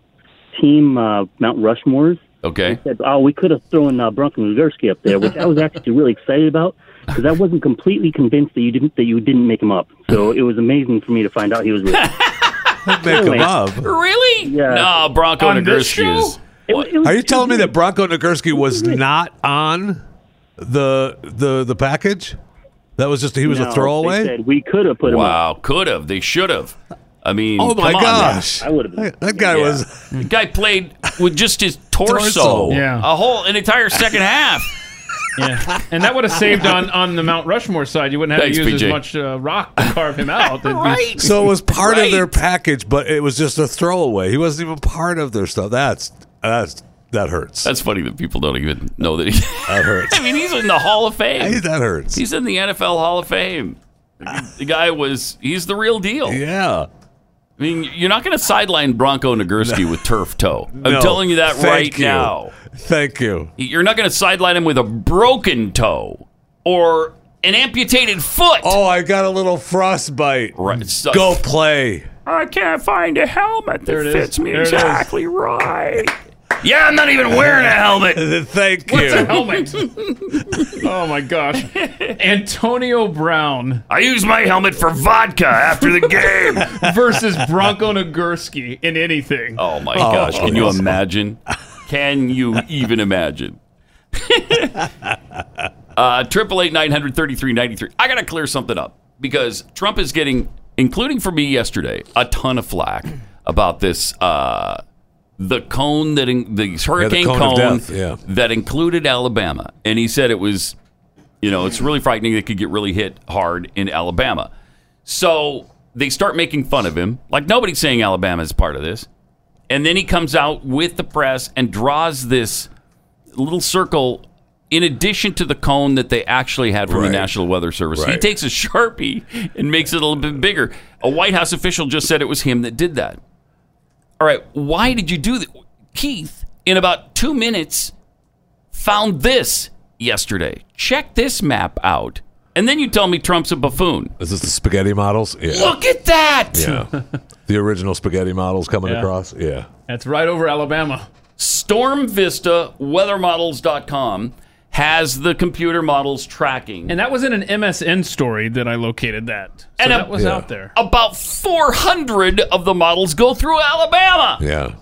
team uh, Mount Rushmores. Okay. Said, oh, we could have thrown uh, Bronco Nagurski up there, which I was actually really excited about because I wasn't completely convinced that you didn't that you didn't make him up. So it was amazing for me to find out he was real. Make 'em up. Really? Yeah. No, Bronco On this Nagurski is. show? It was- it was- Are you telling me that Bronco Nagurski was not on the the the package? That was just he was No, a they throwaway. said we could have put him up. Wow, could have. They should have. I mean, Oh my come on now. gosh! I would've been- That- that guy Yeah. was. The guy played with just his torso, Torso. Yeah. a whole an entire second half. Yeah. And that would have saved on, on the Mount Rushmore side. You wouldn't have Thanks, to use PJ. as much uh, rock to carve him out. That'd be- So it was part Right. of their package, but it was just a throwaway. He wasn't even part of their stuff. That's that's that hurts. That's funny that people don't even know that he. that hurts. I mean, he's in the Hall of Hey, Fame. that hurts. He's in the NFL Hall of Fame. The guy was, he's the real deal. yeah. I mean, you're not going to sideline Bronco Nagurski with turf toe. I'm No. telling you that Thank right you. now. Thank you. You're not going to sideline him with a broken toe or an amputated foot. Oh, I got a little frostbite. Right, so- Go play. I can't find a helmet There it is. fits me There it is. exactly right. Yeah, I'm not even wearing a helmet. Thank What's a you. helmet? oh my gosh. Antonio Brown I use my helmet for vodka after the game. versus Bronco Nagurski in anything. oh my gosh, can you imagine? Can you even imagine? Uh Triple eight nine hundred thirty three ninety three. I gotta clear something up because Trump is getting, including for me yesterday, a ton of flack about this. Uh, the cone that in, the hurricane cone of death, yeah. that included Alabama, and he said it was you know, it's really frightening. They could get really hit hard in Alabama. So they start making fun of him. Like nobody's saying Alabama is part of this. And then he comes out with the press and draws this little circle in addition to the cone that they actually had from the Right. National Weather Service. He Right. takes a Sharpie and makes it a little bit bigger. A White House official just said it was him that did that. All right, why did you do that? Keith, in about two minutes, found this yesterday. Check this map out. And then you tell me Trump's a buffoon. Is this the spaghetti models? Yeah. Look at that! Yeah. the original spaghetti models coming Yeah. across. Yeah. That's right over Alabama. StormVistaWeatherModels.com has the computer models tracking. And that was in an MSN story that I located that. So and Oh, that was a- out there. About 400 of the models go through Alabama. Yeah.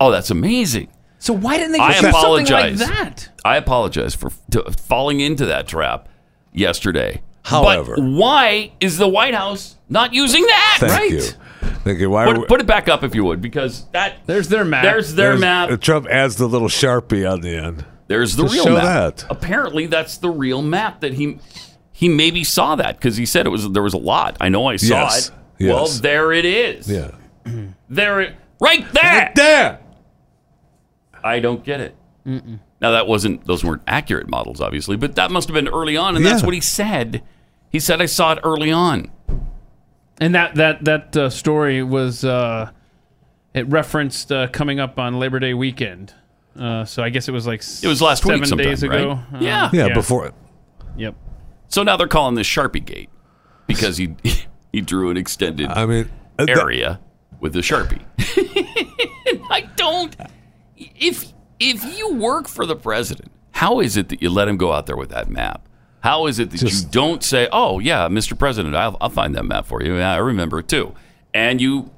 Oh, that's amazing. So why didn't they I just do something like apologize. that? I apologize for to, falling into that trap yesterday. However- but why is the White House not using that? Thank right? you. Thank you. Why are we- Put, put it back up if you would, because that there's their map. There's their There's- map. uh, Trump adds the little sharpie on the end. There's the to real show map. that. Apparently, that's the real map that he he maybe saw that because he said it was there was a lot. I know I saw Yes. it. Yes. Well, there it is. Yeah. There, it, right there. there. I don't get it. Now that wasn't; those weren't accurate models, obviously, but that must have been early on, and that's Yeah. what he said. He said, "I saw it early on." And that that that uh, story was uh, it referenced uh, coming up on Labor Day weekend. Uh, so I guess it was like It was last seven week, sometime, days ago. right? Uh, yeah. Yep. So now they're calling this Sharpie Gate because he he drew an extended I mean, uh, Uh, area with the Sharpie. I don't. If if you work for the president, how is it that you let him go out there with that map? How is it that you don't say, "Oh yeah, Mr. President, I'll, I'll find that map for you. Yeah, I remember it too," and you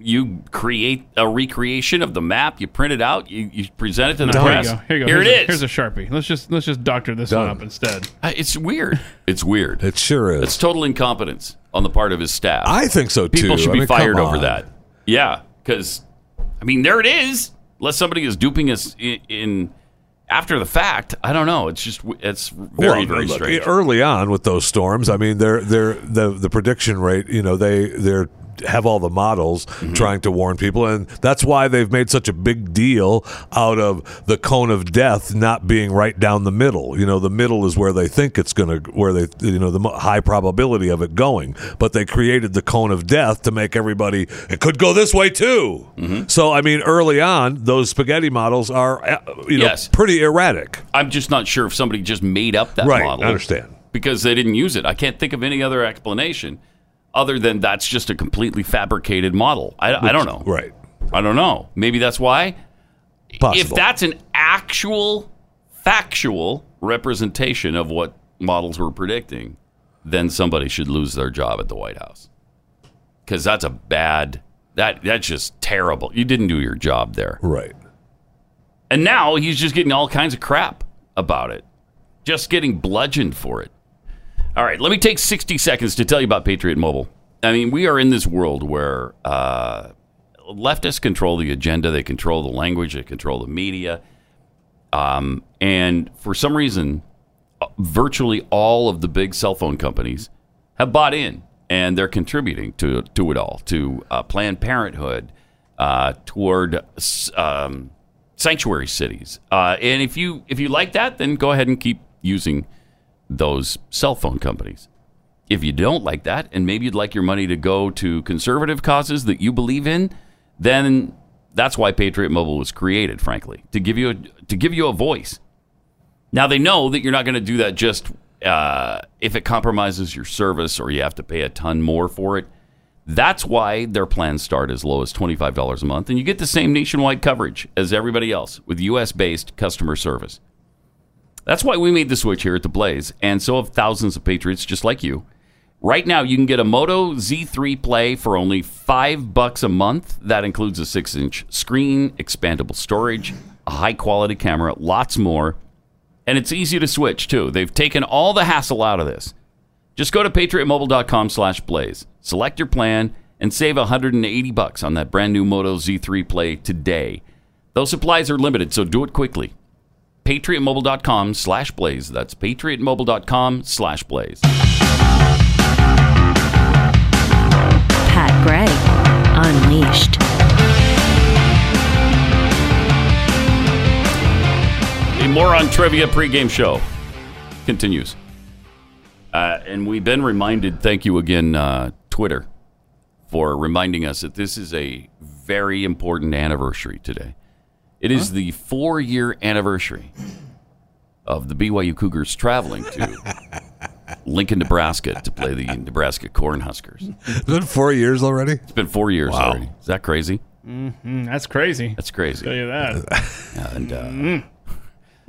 you create a recreation of the map. You print it out. You, you present it to the Here you press. go. Here you go. Here here's it a, is. Here's a sharpie. Let's just let's just doctor this one up instead. It's weird. It's weird. It sure is. It's total incompetence on the part of his staff. I think so too. People should I be mean, come fired over on. that. Yeah, because I mean, there it is. Unless somebody is duping us in, in after the fact. I don't know. It's just it's very Well, very look, strange. Early on with those storms, I mean, they're they're the the prediction rate. You know, they they're have all the models Mm-hmm. trying to warn people, and that's why they've made such a big deal out of the cone of death not being right down the middle. You know, the middle is where they think it's going to, where they you know the mo- high probability of it going, but they created the cone of death to make everybody it could go this way too. Mm-hmm. So I mean, early on, those spaghetti models are uh, you know Yes. pretty erratic. I'm just not sure if somebody just made up that Right, model. I understand. because they didn't use it. I can't think of any other explanation other than that's just a completely fabricated model. I, I don't know. Right. I don't know. Maybe that's why. If Possible. that's an actual, factual representation of what models were predicting, then somebody should lose their job at the White House. Because that's a bad, that that's just terrible. You didn't do your job there. Right. And now he's just getting all kinds of crap about it, just getting bludgeoned for it. All right, let me take 60 seconds to tell you about Patriot Mobile. I mean, we are in this world where uh, leftists control the agenda, they control the language, they control the media. Um, and for some reason, uh, virtually all of the big cell phone companies have bought in and they're contributing to, to it all, to uh, Planned Parenthood, uh, toward s- um, sanctuary cities. Uh, and if you if you like that, then go ahead and keep using those cell phone companies. If you don't like that, and maybe you'd like your money to go to conservative causes that you believe in, then that's why Patriot Mobile was created, frankly, to give you a, to give you a voice. Now they know that you're not going to do that just uh, if it compromises your service or you have to pay a ton more for it. That's why their plans start as low as $25 a month, and you get the same nationwide coverage as everybody else with U.S. based customer service. That's why we made the switch here at the Blaze, and so have thousands of patriots just like you. Right now, you can get a Moto Z3 Play for only five bucks a month. That includes a six-inch screen, expandable storage, a high-quality camera, lots more, and it's easy to switch too. They've taken all the hassle out of this. Just go to patriotmobile.com/blaze, select your plan, and save 180 bucks on that brand new Moto Z3 Play today. Those supplies are limited, so do it quickly patriotmobile.com slash blaze. That's patriotmobile.com slash blaze. Pat Gray, Unleashed. The Moron Trivia pregame show continues. Uh, and we've been reminded, thank you again, uh, Twitter, for reminding us that this is a very important anniversary today. It is the four year anniversary of the BYU Cougars traveling to Lincoln, Nebraska to play the Nebraska Cornhuskers. It's been four years already. It's been four years already. Is that crazy? hmm That's crazy. That's crazy. tell you that. And Mm. uh,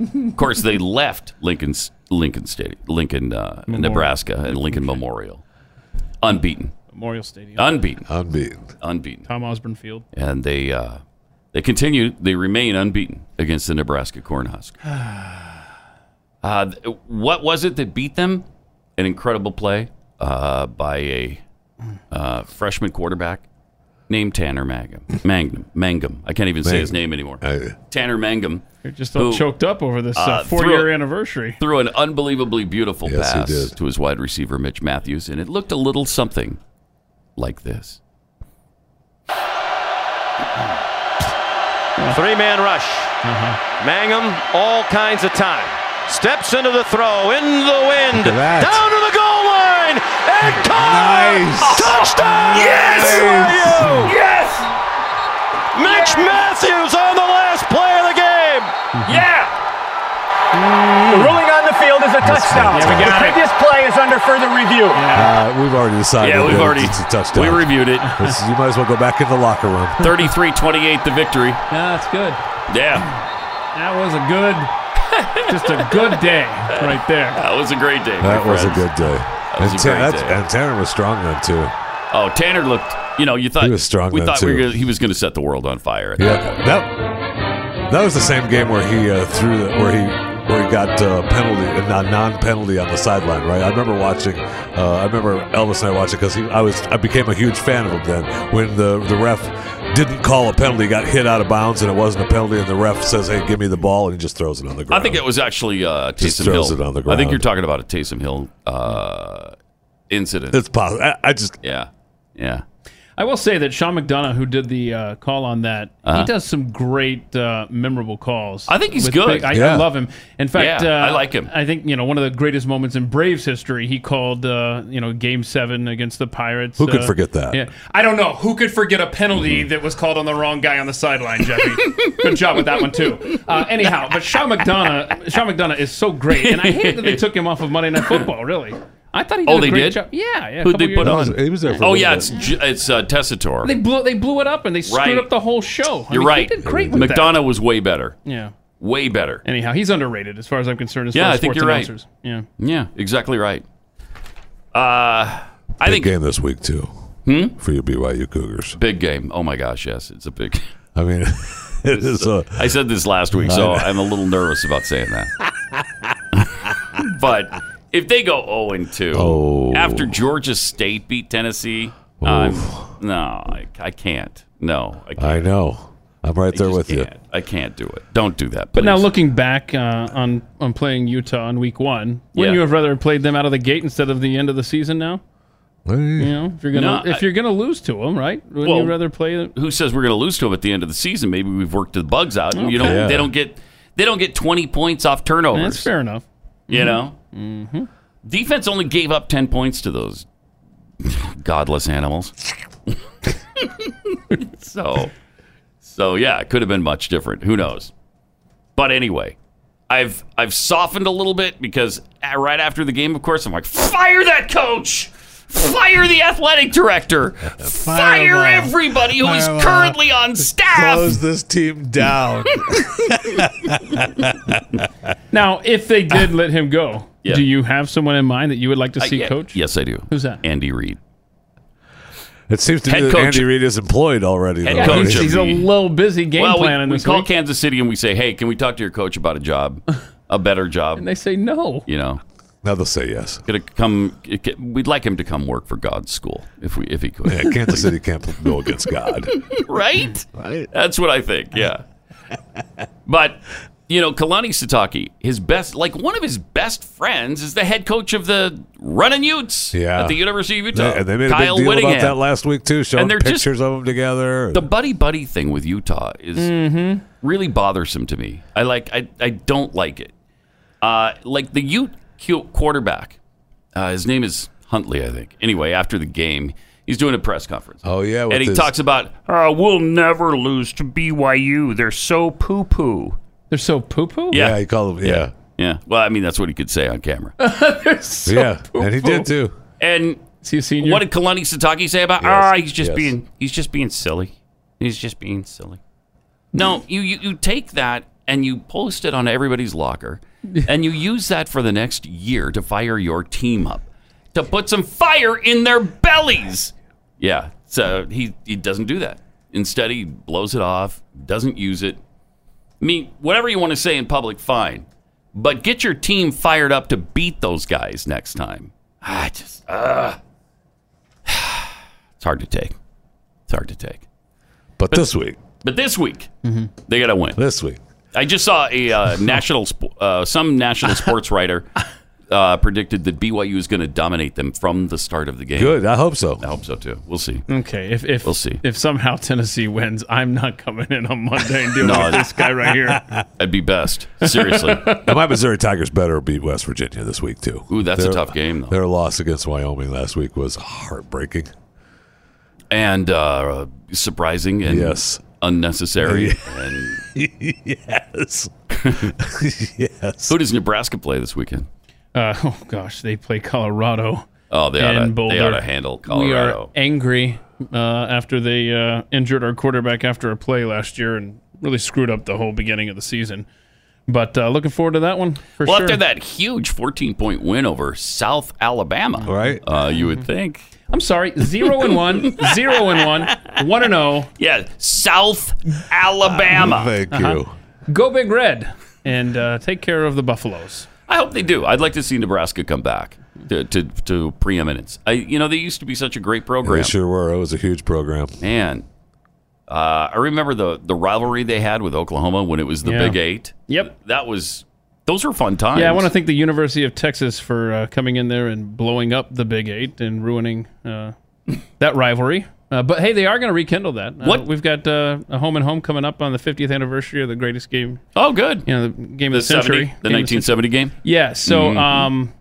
of course, they left Lincoln's Lincoln State, Lincoln, uh, Memorial. Nebraska, and Lincoln Memorial, unbeaten, Memorial Stadium. unbeaten, unbeaten, unbeaten. Tom Osborne Field. and they uh, they continue. They remain unbeaten against the Nebraska Cornhuskers. Uh, th- what was it that beat them? An incredible play uh, by a uh, freshman quarterback named Tanner Mangum. Mangum. Mangum. I can't even say his name Mangum. anymore. Tanner Mangum. You're just all choked up over this uh, four-year anniversary. Threw an unbelievably beautiful Yes, he pass did. to his wide receiver, Mitch Matthews, and it looked a little something like this. Three man rush. Mm-hmm. Mangum, all kinds of time. Steps into the throw, in the wind, Look at that. down to the goal line, and caught! Nice. Touchdown! Yes. BYU! Yes! Mitch Matthews on the last play of the game. Yeah! The ruling on the field is a That's touchdown. fantastic. Yeah, we the got it. previous play is under further review. Uh, we've already decided. Yeah, we've that already- It's a touchdown. we reviewed it. This- you might as well go back in the locker room. 33-28 the victory. Yeah, that's good. Yeah. That was a good, just a good day right there. That was a great day. That my was a friends. good day. and, was a great that's- day. and Tanner was strong then too. Oh, Tanner looked. You know, you He thought was strong We then, thought we were too. gonna, he was going to set the world on fire. At that Yeah, point. that that was the same game where he uh, threw the, where he where he got uh, penalty a non-penalty on the sideline. Right, I remember watching. Uh, I remember Elvis and I watching because I was I became a huge fan of him then when the the ref didn't call a penalty, got hit out of bounds, and it wasn't a penalty, and the ref says, "Hey, give me the ball," and he just throws it on the ground. I think it was actually uh, Just Taysom throws Hill. it on the I think ground. you're talking about a Taysom Hill uh, incident. It's possible. I, I just yeah, yeah. I will say that Sean McDonough, who did the uh, call on that, Uh-huh. he does some great, uh, memorable calls. I think he's with good. big- I, I Yeah. love him. In fact, Yeah, uh, I like him. I think you know one of the greatest moments in Braves history. He called, uh, you know, Game Seven against the Pirates. Who could uh, forget that? Mm-hmm. Yeah, I don't know who could forget a penalty that was called on the wrong guy on the sideline, Jeffy. good job with that one too. Uh, anyhow, but Sean McDonough, Sean McDonough is so great, and I hate that they took him off of Monday Night Football. Really, I thought he did Oh, a they great did. job. Yeah, yeah. a Who couple they put years ago. on? oh yeah, it's J- it's uh, Tessitore. They blew they blew it up and they screwed Right. up the whole show. I You're mean, right. They did great with McDonough was way better. That. Yeah. Way better. Anyhow, he's underrated as far as I'm concerned. As yeah, far as I think sports you're announcers. right. Yeah. yeah, exactly right. Uh, I Big think game this week too. Hmm? For your BYU Cougars. big game. Oh my gosh, yes, it's a big. I mean, it is a. I said this last week, so I'm a little nervous about saying that. but if they go 0 and 2 Oh. after Georgia State beat Tennessee, I'm, no, I, I can't. No, I, I know. I'm right there with you. I can't do it. Don't do that. But now looking back uh, on on playing Utah on week one, wouldn't Yeah. you have rather played them out of the gate instead of the end of the season? Now, you know, if you're gonna No, if I- you're gonna lose to them, right? Wouldn't Well, you rather play them? Who says we're going to lose to them at the end of the season? Maybe we've worked the bugs out, and you Okay. don't. Yeah. They don't get. They don't get 20 points off turnovers. That's fair enough. Mm-hmm. You know, defense only gave up 10 points to those godless animals. so, so yeah, it could have been much different. Who knows? But anyway, I've I've softened a little bit because uh, right after the game, of course, I'm like, fire that coach, fire the athletic director, fire Fireball. everybody who is Fireball. currently on staff. this team down. Now, if they did let him go, Yeah. do you have someone in mind that you would like to I- see yeah, coach? Yes, I do. Who's that? Andy Reid. It seems to Head me that coach- Andy Reid is employed already. Head though, coach right? of He's a little busy game well, we- planning we, this call week, Kansas City and we say, "Hey, can we talk to your coach about a job, a better job?" and they say no. you know, now they'll say yes. Gonna come. We'd like him to come work for God's school if we if he could. Yeah, Kansas City can't go against God. right? Right. That's what I think. Yeah. but you know, Kalani Sataki, his best, like one of his best friends, is the head coach of the Running Utes Yeah. at the University of Utah. And they made a Kyle big deal Whittingham. about that last week too, showing they're just- pictures of them together. the buddy buddy thing with Utah is Mhm. really bothersome to me. I like I I don't like it. Uh, like the Ute cu- quarterback, uh, his name is Huntley, I think. Anyway, after the game, he's doing a press conference. Oh yeah, with and he his- talks about uh, we'll never lose to BYU. They're so poo poo. They're so poo poo. Yeah. he called them. Yeah, Yeah. Well, I mean that's what he could say on camera. yeah, and he did too. And is he a senior? What did Kalani Sataki say about? Yes, Ah, he's just yes. being he's just being silly. He's just being silly. No, you, you, you take that and you post it on everybody's locker and you use that for the next year to fire your team up, to put some fire in their bellies. Yeah, so he, he doesn't do that. Instead, he blows it off, doesn't use it. I mean, whatever you want to say in public, fine. But get your team fired up to beat those guys next time. I just, uh, it's hard to take. It's hard to take. But, this week, But this week, they got to win. This week. I just saw a uh, national, sp- uh, some national sports writer uh, predicted that BYU is going to dominate them from the start of the game. Good. I hope so. I hope so too. We'll see. Okay, if if We'll see. if somehow Tennessee wins, I'm not coming in on Monday and doing No. this guy right here. Uh, That'd be best. Seriously. and my Missouri Tigers better beat West Virginia this week too. Ooh, that's a tough game, though. Their loss against Wyoming last week was heartbreaking. and uh, surprising and Yes. unnecessary. Yeah. And yes, yes. Who does Nebraska play this weekend? Uh, oh gosh, they play Colorado. Oh, they in oughta- they Boulder. oughta handle We are Colorado. angry uh, after they uh, injured our quarterback after a play last year and really screwed up the whole beginning of the season. But uh, looking forward to that one for well, sure. after that huge 14 point win over South Alabama, right? Uh, you would think. I'm sorry, zero and one, zero and one, one and oh, zero. Yeah, South Alabama. Thank you. Go Big Red and uh, take care of the Buffaloes. I hope they do. I'd like to see Nebraska come back to, to, to preeminence. I, you know, they used to be such a great They program. sure were. It was a huge program. Man, uh, I remember the the rivalry they had with Oklahoma when it was the Yeah. Big Eight. Yep, that was those were fun times. Yeah, I want to thank the University of Texas for uh, coming in there and blowing up the Big Eight and ruining uh, that rivalry. Uh, but hey, they are going to rekindle that. Uh, What? we've got uh, a home and home coming up on the 50th anniversary of the greatest game. Oh, good. You know, the game of 70 the century, the Game of 1970 game. Yeah. So, Mhm. um,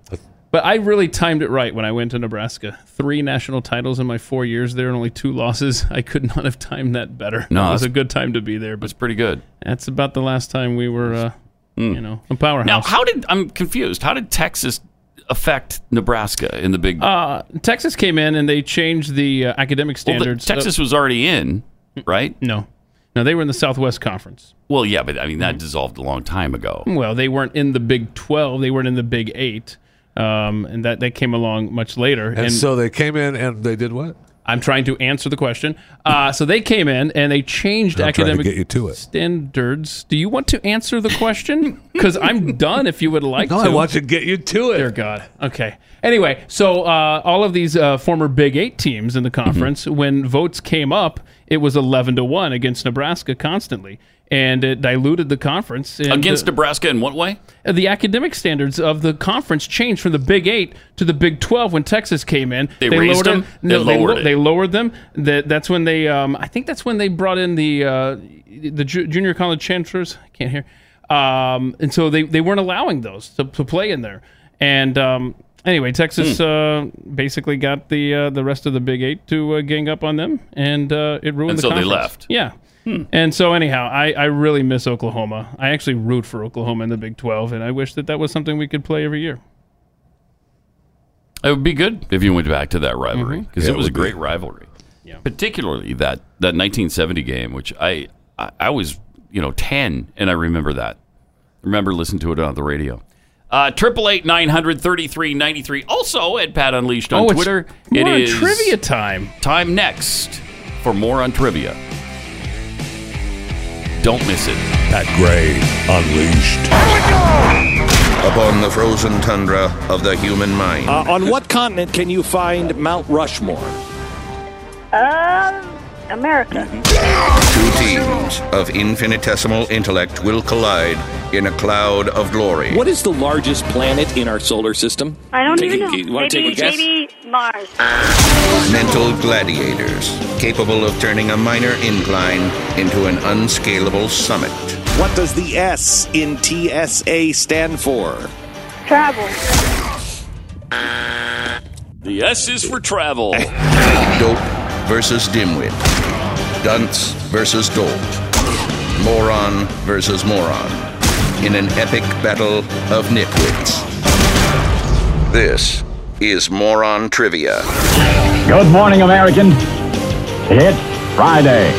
but I really timed it right when I went to Nebraska. Three national titles in my four years there, and only two losses. I could not have timed that better. No, it was that's- a good time to be there. But it's pretty good. That's about the last time we were, uh, you know, a powerhouse. mm. Now, how did I'm confused? How did Texas affect Nebraska in the Big? Uh, Texas came in and they changed the uh, academic well, the, standards. Texas was already in, right? No, no, they were in the Southwest Conference. Well, yeah, but I mean Mm-hmm. that dissolved a long time ago. Well, they weren't in the Big Twelve. They weren't in the Big Eight, um, and that that came along much later. And, so they came in and they did what? I'm trying to answer the question. Uh, so they came in and they changed I'm trying to academic get you to it. standards. Do you want to answer the question? Because I'm done. If you would like No, to, I want to get you to it. Dear God. Okay. Anyway, so uh, all of these uh, former Big Eight teams in the Mm-hmm. conference, when votes came up, it was eleven to one against Nebraska constantly, and it diluted the conference. And Against the, Nebraska in what way? the academic standards of the conference changed from the Big Eight to the Big Twelve when Texas came in. They raised them? It. They No, they, lowered lo- it. they lowered them. That that's when they. Um, I think that's when they brought in the uh, the ju- junior college chancellors. I can't hear. Um, and so they, they weren't allowing those to, to play in there. And um, anyway, Texas Hmm. uh, basically got the uh, the rest of the Big Eight to uh, gang up on them, and uh, it ruined. And the so they conference. left. Hmm. Yeah. And so, anyhow, I, I really miss Oklahoma. I actually root for Oklahoma in the Big 12, and I wish that that was something we could play every year. It would be good if you went back to that rivalry because Mm-hmm. Yeah, it it was a would be. great rivalry. Particularly that that 1970 game, which I, I I was you know 10 and I remember that. Remember listening to it on the radio. Uh, Triple eight nine hundred thirty three ninety three. Also at Pat Unleashed on Oh, it's- Twitter. we're It on is trivia time. Time next for more on trivia. Don't miss it. Pat Gray Unleashed. Upon the frozen tundra of the human mind. Uh, on what continent can you find Mount Rushmore? Um, America. Two teams of infinitesimal intellect will collide in a cloud of glory. What is the largest planet in our solar system? I don't Take even a- know. You want to take a maybe, guess? maybe Mars. Mental gladiators, capable of turning a minor incline into an unscalable summit. What does the S in TSA stand for? Travel. The S is for travel. Dope versus dimwit. Dunce versus dolt. Moron versus moron. In an epic battle of nitwits. This is Moron Trivia. Good morning, American. It's Friday.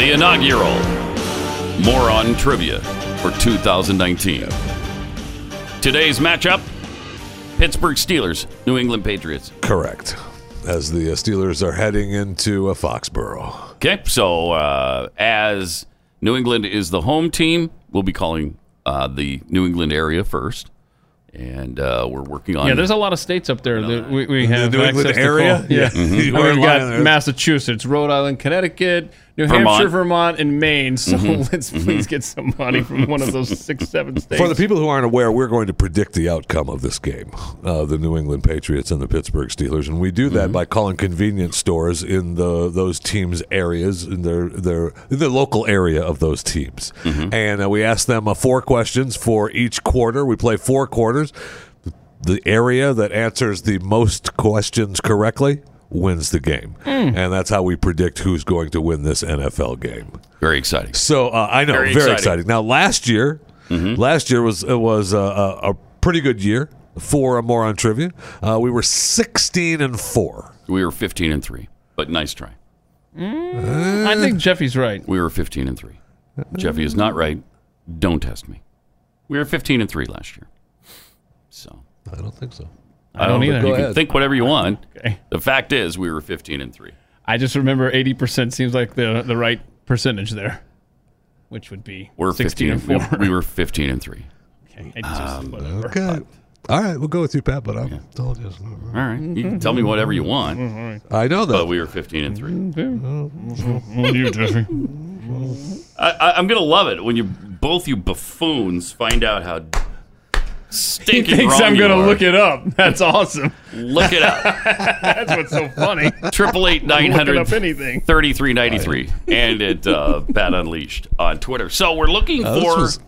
the inaugural Moron Trivia for 2019. Today's matchup Pittsburgh Steelers, New England Patriots. Correct. As the uh, Steelers are heading into uh, Foxborough. Okay, so uh, as New England is the home team, we'll be calling uh, the New England area first. And uh, we're working on Yeah, there's a lot of states up there that we, we have New England access to area? call. Yeah, Yeah. Mhm. We've We're got lying there. Massachusetts, Rhode Island, Connecticut, New Vermont. Hampshire, Vermont, and Maine. So Mhm. let's Mhm. please get some money from one of those six, seven states. For the people who aren't aware, we're going to predict the outcome of this game, uh, the New England Patriots and the Pittsburgh Steelers, and we do that by calling convenience stores in the those teams' areas in their their the local area of those teams, and uh, we ask them uh, four questions for each quarter. We play four quarters. The area that answers the most questions correctly wins the game, Mm. and that's how we predict who's going to win this NFL game. Very exciting. So uh, I know, Very very, exciting. Mm-hmm. exciting. Now last year, last year was it was a, a, a pretty good year for a moron trivia. Uh, we were sixteen and four. We were 15 and 3, but nice try. I think Jeffy's right. We were 15 and 3. Jeffy is not right. Don't test me. We were 15 and 3 last year. So I don't think so. I don't either. You Go can ahead. think whatever you want. Okay. The fact is, we were 15 and 3. I just remember 80% seems like the, the right percentage there, which would be We're 16 15 and 4. We were 15 and 3. Okay. I just, whatever. Okay. All right, we'll go with you, Pat. But I'm told you. All right. You can tell me whatever you want. I know that. But we were 15 and 3. you, Jeffrey? I, I, I'm going to love it when you both you buffoons find out how He stinking thinks wrong I'm you going to are. look it up. That's awesome. Look it up. That's what's so funny. Triple eight nine Looking hundred up anything. thirty three ninety three, and at uh, Pat Unleashed on Twitter. So we're looking Uh, this for was-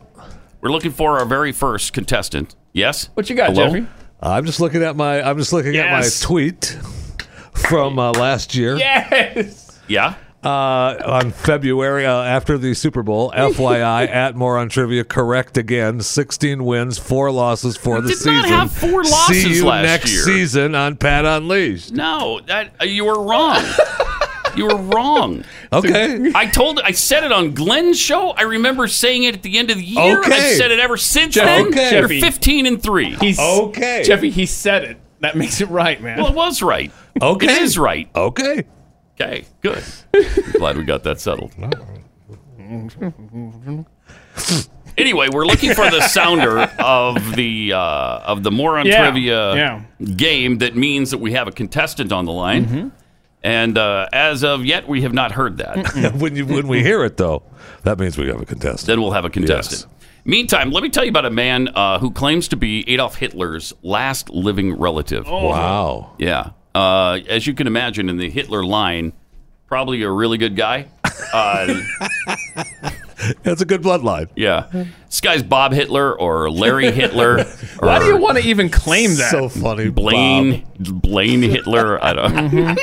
we're looking for our very first contestant. Yes. What you got, Hello? Jeffrey? I'm just looking at my I'm just looking at my Yes. tweet from uh, last year. Yes. Yeah. Uh, on February uh, after the Super Bowl, FYI, at Moron Trivia, correct again. 16 wins, four losses for the Did season. not have four See losses you last next year. season on Pat Unleashed. No, that uh, you were wrong. you were wrong. Okay. I told I said it on Glenn's show. I remember saying it at the end of the year. Okay. I've said it ever since Jeff- then. okay. You're Jeffy. 15 and 3. He's, Jeffy, he said it. That makes it right, man. Well, it was right. Okay. It is right. Okay. Okay, good. Glad we got that settled. Anyway, we're looking for the sounder of the uh, of the moron Yeah, trivia yeah. Mm-hmm. game that means that we have a contestant on the line. And uh, as of yet, we have not heard that. when you when we hear it though, that means we have a contestant. Then we'll have a contestant. Meantime, let me tell you about a man uh, who claims to be Adolf Hitler's last living relative. Oh, Wow. Yeah. Uh, as you can imagine, in the Hitler line, probably a really good guy. Uh, That's a good bloodline. yeah. This guy's Bob Hitler or Larry Hitler. Why do or you want to even claim that? So funny. Blaine Blaine Hitler. I don't.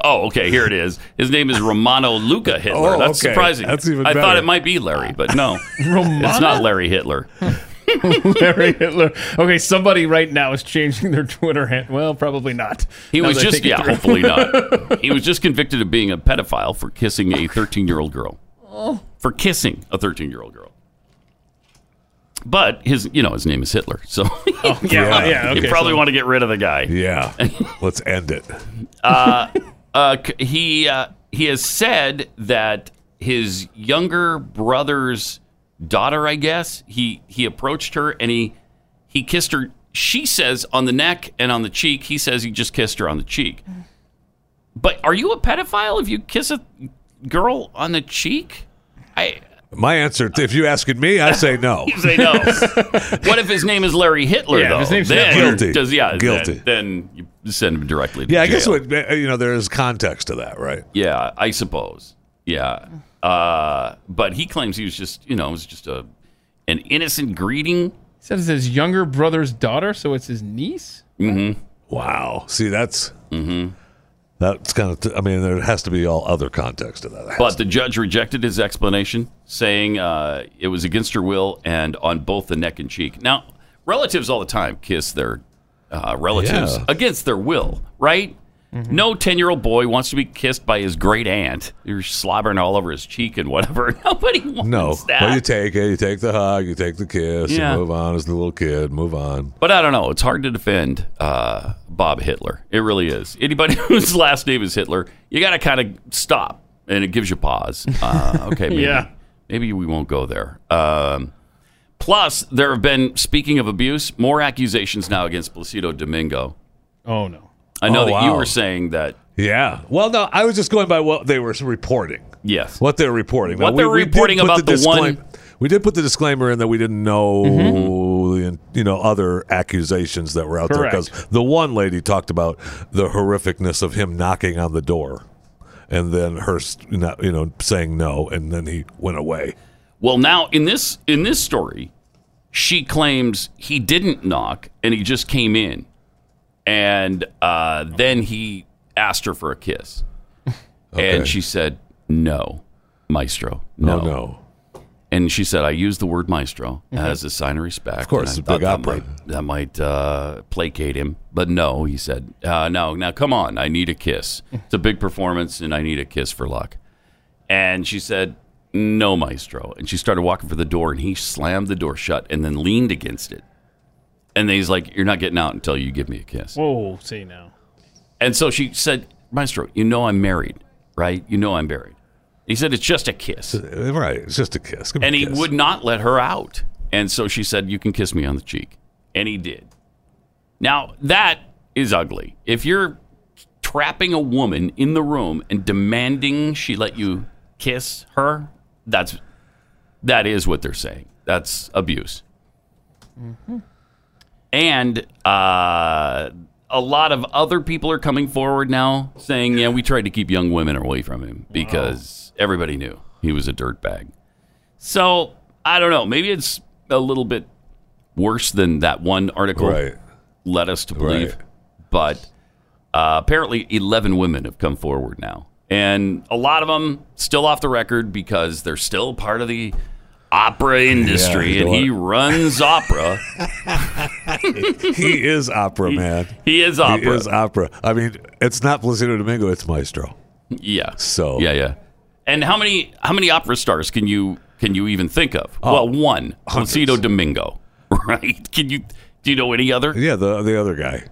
oh, okay. Here it is. His name is Romano Luca Hitler. Oh, That's okay. surprising. That's even I thought better. it might be Larry, but no. It's not Larry Hitler. Larry Hitler. Okay, somebody right now is changing their Twitter hand. Well, probably not. He Now was that I just think it yeah, through. hopefully not. He was just convicted of being a pedophile for kissing a 13-year-old girl. Oh. For kissing a 13-year-old girl. But his, you know, his name is Hitler, so yeah, Oh, yeah, okay, you probably so- want to get rid of the guy. Yeah, let's end it. uh, uh, c- he uh, he has said that his younger brother's daughter, I guess he he approached her and he he kissed her. She says on the neck and on the cheek. He says he just kissed her on the cheek. But are you a pedophile if you kiss a girl on the cheek? I My answer, if you asking me, I say no. you say no. what if his name is Larry Hitler Yeah, if though? his name's then Hitler- Guilty. Does, yeah, Guilty. Then, then you send him directly. To Yeah, I jail. guess what you know there is context to that, right? Yeah, I suppose. Yeah. Uh, but he claims he was just, you know, it was just a an innocent greeting. He said it's his younger brother's daughter, so it's his niece. Mm-hmm. Wow. Mm-hmm. See, that's that's kind of. I mean, there has to be all other context to that. But the judge rejected his explanation, saying uh, it was against her will and on both the neck and cheek. Now, relatives all the time kiss their uh, relatives Yeah. Mm-hmm. against their will, right? No 10 year old boy wants to be kissed by his great aunt. You're slobbering all over his cheek and whatever. Nobody wants No, that. but you take it. You take the hug. You take the kiss. Yeah. You move on as the little kid. Move on. But I don't know. It's hard to defend uh, Bob Hitler. It really is. Anybody whose last name is Hitler, you got to kind of stop, and it gives you pause. Uh, okay, maybe, Yeah. maybe we won't go there. Um, plus, there have been, speaking of abuse, more accusations now against Placido Domingo. Oh no. I know Oh, that you wow. were saying that. Yeah. Well, no, I was just going by what they were reporting. Yes. What they're reporting. What they're we did reporting put about the one- disclaim- We did put the disclaimer in that we didn't know, Mm-hmm. the, you know, other accusations that were out there Correct. because the one lady talked about the horrificness of him knocking on the door, and then her, st- not, you know, saying no, and then he went away. Well, now in this in this story, she claims he didn't knock and he just came in, and uh, then he asked her for a kiss, Okay. and she said no, maestro, no, no. And she said, "I used the word maestro Mhm. as a sign of respect. Mm-hmm. Of course, and it's a I big thought opera. That might, that might uh, placate him, but no, he said, uh, no. Now, come on, I need a kiss. It's a big performance, and I need a kiss for luck." And she said, "No, maestro." And she started walking for the door, and he slammed the door shut, and then leaned against it. And then he's like, "You're not getting out until you give me a kiss." Whoa, see now. And so she said, Maestro, you know I'm married, right? You know I'm married. He said, It's just a kiss. Right. It's just a kiss. and he would not let her out. And so she said, You can kiss me on the cheek. And he did. Now, that is ugly. If you're trapping a woman in the room and demanding she let you kiss her, that's that is what they're saying. That's abuse and uh, a lot of other people are coming forward now saying, "Yeah, we tried to keep young women away from him because everybody knew he was a dirtbag." So I don't know. Maybe it's a little bit worse than that one article Right. led us to believe, but uh, apparently, eleven women have come forward now, and a lot of them still off the record because they're still part of the opera industry, you and don't he runs opera. he is opera man. he is He opera. is opera. I mean, it's not Placido Domingo. It's Maestro. Yeah. So yeah, yeah. And how many how many opera stars can you can you even think of? Uh, well, one, Placido Domingo, right? Can you do you know any other? Yeah, the the other guy.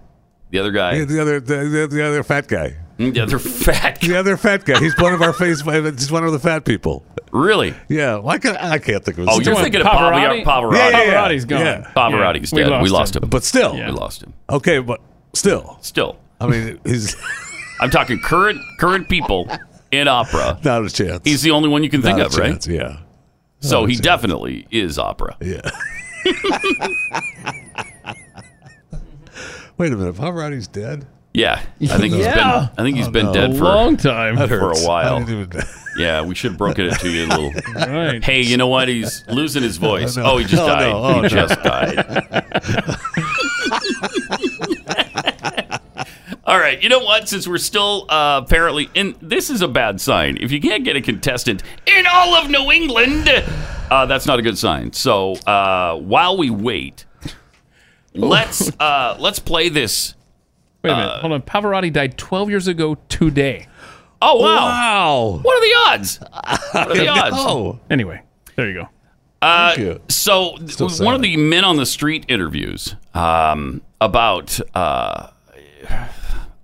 The other guy. Hmm, Yeah, the other the, the, the other fat guy. The other fat. The other fat guy. He's one of our face. He's one of the fat people. Really? Yeah. Well, I, can, I can't think of. his Oh, you're name. thinking of Pavarotti? Pavarotti. Yeah, yeah, yeah. Pavarotti's gone. Yeah. Pavarotti's dead. We lost him. But still, We lost him. Okay, but still, Still. I mean, he's I'm talking current current people in opera. Not a chance. He's the only one you can think Not of, a right? chance, Yeah. So Not a he chance. definitely is opera. Yeah. Wait a minute. Pavarotti's dead. Yeah, I think he's Yeah. been. I think he's Oh, been no. dead for A long time. That for hurts. a I while. didn't even- Yeah, we should have broken it to you a little. Right. Hey, you know what? He's losing his voice. Oh, Oh, no. he just Oh, no. died. Oh, he no. just died. All right, you know what? Since we're still uh, apparently in, this is a bad sign. If you can't get a contestant in all of New England, uh, that's not a good sign. So uh, while we wait, Oh. let's uh, let's play this. Wait a minute. Hold on. Pavarotti died 12 years ago today. Oh wow! Wow. Oh, What are the odds? What are the odds? Anyway, there you go. Uh, Thank you. So th- Still one of the men on the street interviews um, about uh,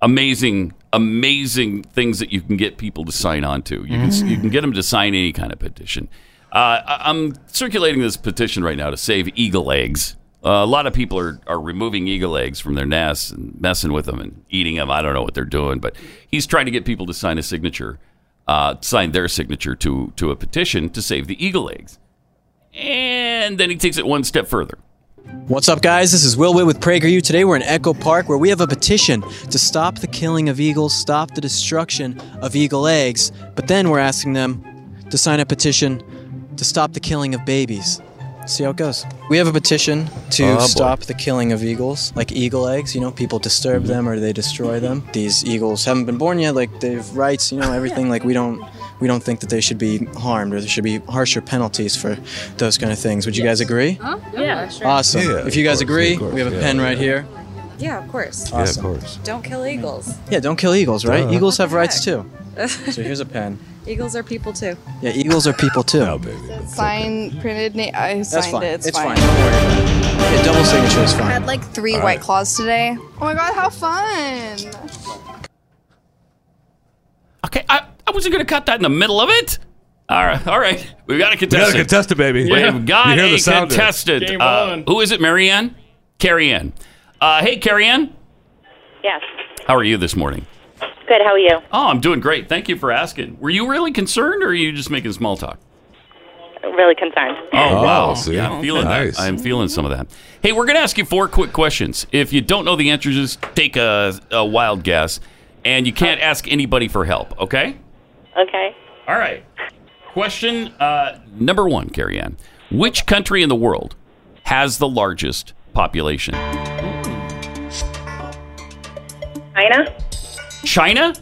amazing, amazing things that you can get people to sign on to. You can s you can get them to sign any kind of petition. Uh, I- I'm circulating this petition right now to save eagle eggs. Uh, a lot of people are, are removing eagle eggs from their nests and messing with them and eating them. I don't know what they're doing, but he's trying to get people to sign a signature, uh, sign their signature to to a petition to save the eagle eggs. And then he takes it one step further. What's up, guys? This is Will Witt with PragerU. Today we're in Echo Park where we have a petition to stop the killing of eagles, stop the destruction of eagle eggs, but then we're asking them to sign a petition to stop the killing of babies. See how it goes. We have a petition to Oh, boy. stop the killing of eagles, like eagle eggs. You know, people disturb them or they destroy them. These eagles haven't been born yet, like they've rights. You know, everything. Like we don't, we don't think that they should be harmed or there should be harsher penalties for those kind of things. Would you guys agree? Yeah. Awesome. if you guys agree, we have a pen right here. Yeah, of course. Yeah, of Awesome. course. Don't kill eagles. Yeah, don't kill eagles, right? Duh. Eagles What have the rights heck? too. So here's a pen. Eagles are people too. Yeah, eagles are people too. No, baby. Sign printed name. I That's signed fine. it. It's, fine. Don't worry. Yeah, double signature is I fine. had like three All right. White Claws today. Oh my god, how fun! Okay, I, I wasn't going to cut that in the middle of it. All right, all right. We've got a We got contestant. a contestant, baby. We've got you hear a the sound of it. contestant. Uh, who is it, Marianne? Carrie Ann. Uh, hey, Carrie Ann. Yes. How are you this morning? Good. How are you? Oh, I'm doing great. Thank you for asking. Were you really concerned or are you just making small talk? Really concerned. Oh, Oh, wow. see? Yeah, I'm feeling Nice. that. I'm feeling some of that. Hey, we're going to ask you four quick questions. If you don't know the answers, just take a, a wild guess. And you can't ask anybody for help, okay? Okay. All right. Question uh, number one, Carrie Ann. Which country in the world has the largest population? China. China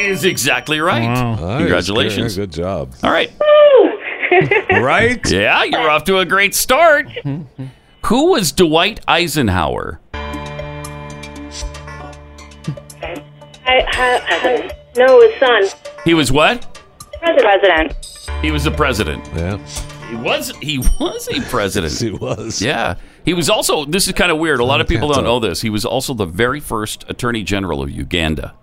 is exactly right. Nice, Congratulations. Good, good job. All right. right? Yeah, you're off to a great start. Who was Dwight Eisenhower? I, I, I no, his son. He was what? President. He was the president. Yeah. He was he was a president. he was. Yeah. He was also this is kind of weird. A lot of people don't know this. He was also the very first attorney general of Uganda.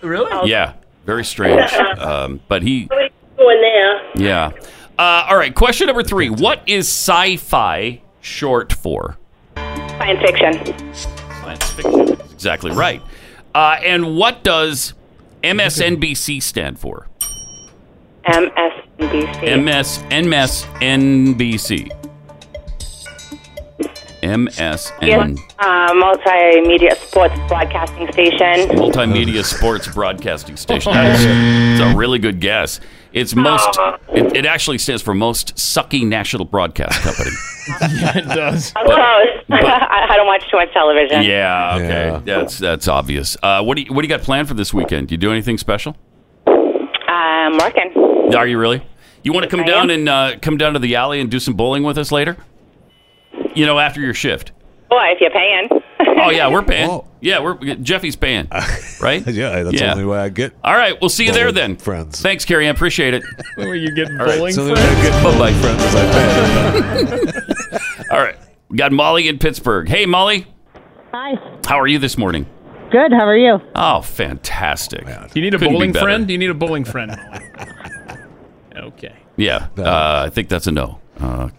Really? Yeah. Very strange. Um, but he Going there. yeah. Uh, all right, question number 3. What is sci-fi short for? Science fiction. Science fiction. That's exactly right. Uh, and what does MSNBC stand for? MSNBC. MS MSNBC. MSN Uh, multimedia sports broadcasting station. Multimedia Sports Broadcasting Station. That is it's a really good guess. It's most. It, it actually stands for most sucky national broadcast company. yeah, it does. I'm close. Oh, I, I don't watch too much television. yeah. Okay. That's that's obvious. Uh, what do you, what do you got planned for this weekend? Do you do anything special? Uh, I'm working. Are you really? You want to come down and uh, come down to the alley and do some bowling with us later? You know, after your shift. Boy, if you're paying. Oh yeah, we're paying. Yeah, we're Jeffy's paying, right? yeah, that's the only way I get. All right, we'll see you there then, friends. Thanks, Carrie. I appreciate it. Where you get All right, bowling so for? then I get bowling friends as I pay. All right, we got Molly in Pittsburgh. Hey, Molly. Hi. How are you this morning? Good. How are you? Oh, fantastic. Do you need a Couldn't be bowling better. friend? Do you need a bowling friend? okay. Yeah, uh, I think that's a no. Uh,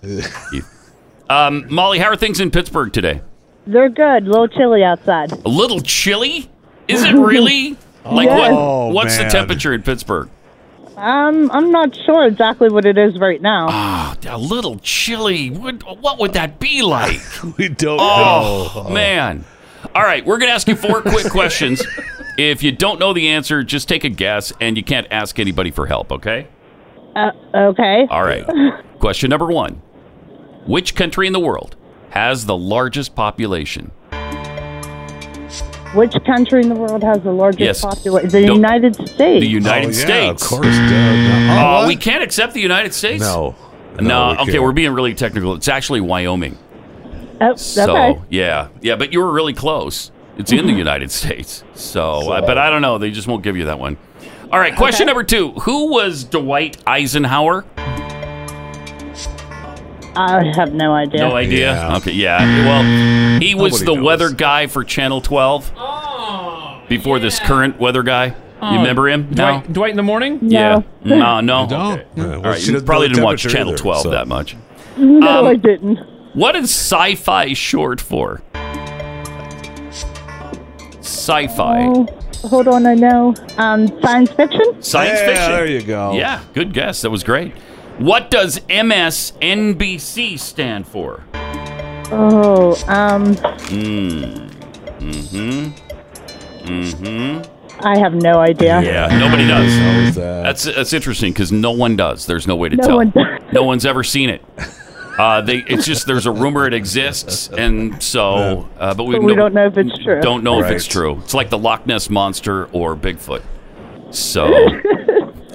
Keith. um, Molly, how are things in Pittsburgh today? They're good. A little chilly outside. A little chilly? Is it really? Like what? Yes. what's man. the temperature in Pittsburgh? Um, I'm not sure exactly what it is right now. Ah, A little chilly. What, what would that be like? we don't oh, know. man. All right, we're going to ask you four quick questions. If you don't know the answer, just take a guess, and you can't ask anybody for help, okay? Uh, okay. All right. Question number one Which country in the world has the largest population? Which country in the world has the largest Yes. population? The Don't- United States. The United States. Oh, Of course, duh. Uh, what? we can't accept the United States? No. No, No, we okay, can't. we're being really technical. It's actually Wyoming. Oh, So okay. yeah, yeah, but you were really close. It's in the United States. So, uh, but I don't know. They just won't give you that one. All right. Question number two: Who was Dwight Eisenhower? I have no idea. No idea. Okay. Yeah. Well, he was Nobody the knows. weather guy for Channel 12 before this current weather guy. Oh, you remember him? Dwight, Dwight in the morning? Yeah. Mm, No. No. Okay. All well, right. she You doesn't probably know didn't watch temperature Channel either, 12 so- that much. No, Um, I didn't. What is sci-fi short for? Sci-fi. Oh, hold on. I know. Um, science fiction. Science Yeah, fiction. there you go. Yeah, good guess. That was great. What does MSNBC stand for? Oh, um, Mm. Mm-hmm. Mm-hmm. I have no idea. Yeah, nobody does. That's that's interesting because no one does. There's no way to No tell. one does. No one's ever seen it. Uh, they, it's just there's a rumor it exists, and so, uh, but we, But we no- don't know if it's true. don't know if it's true. It's like the Loch Ness monster or Bigfoot. So,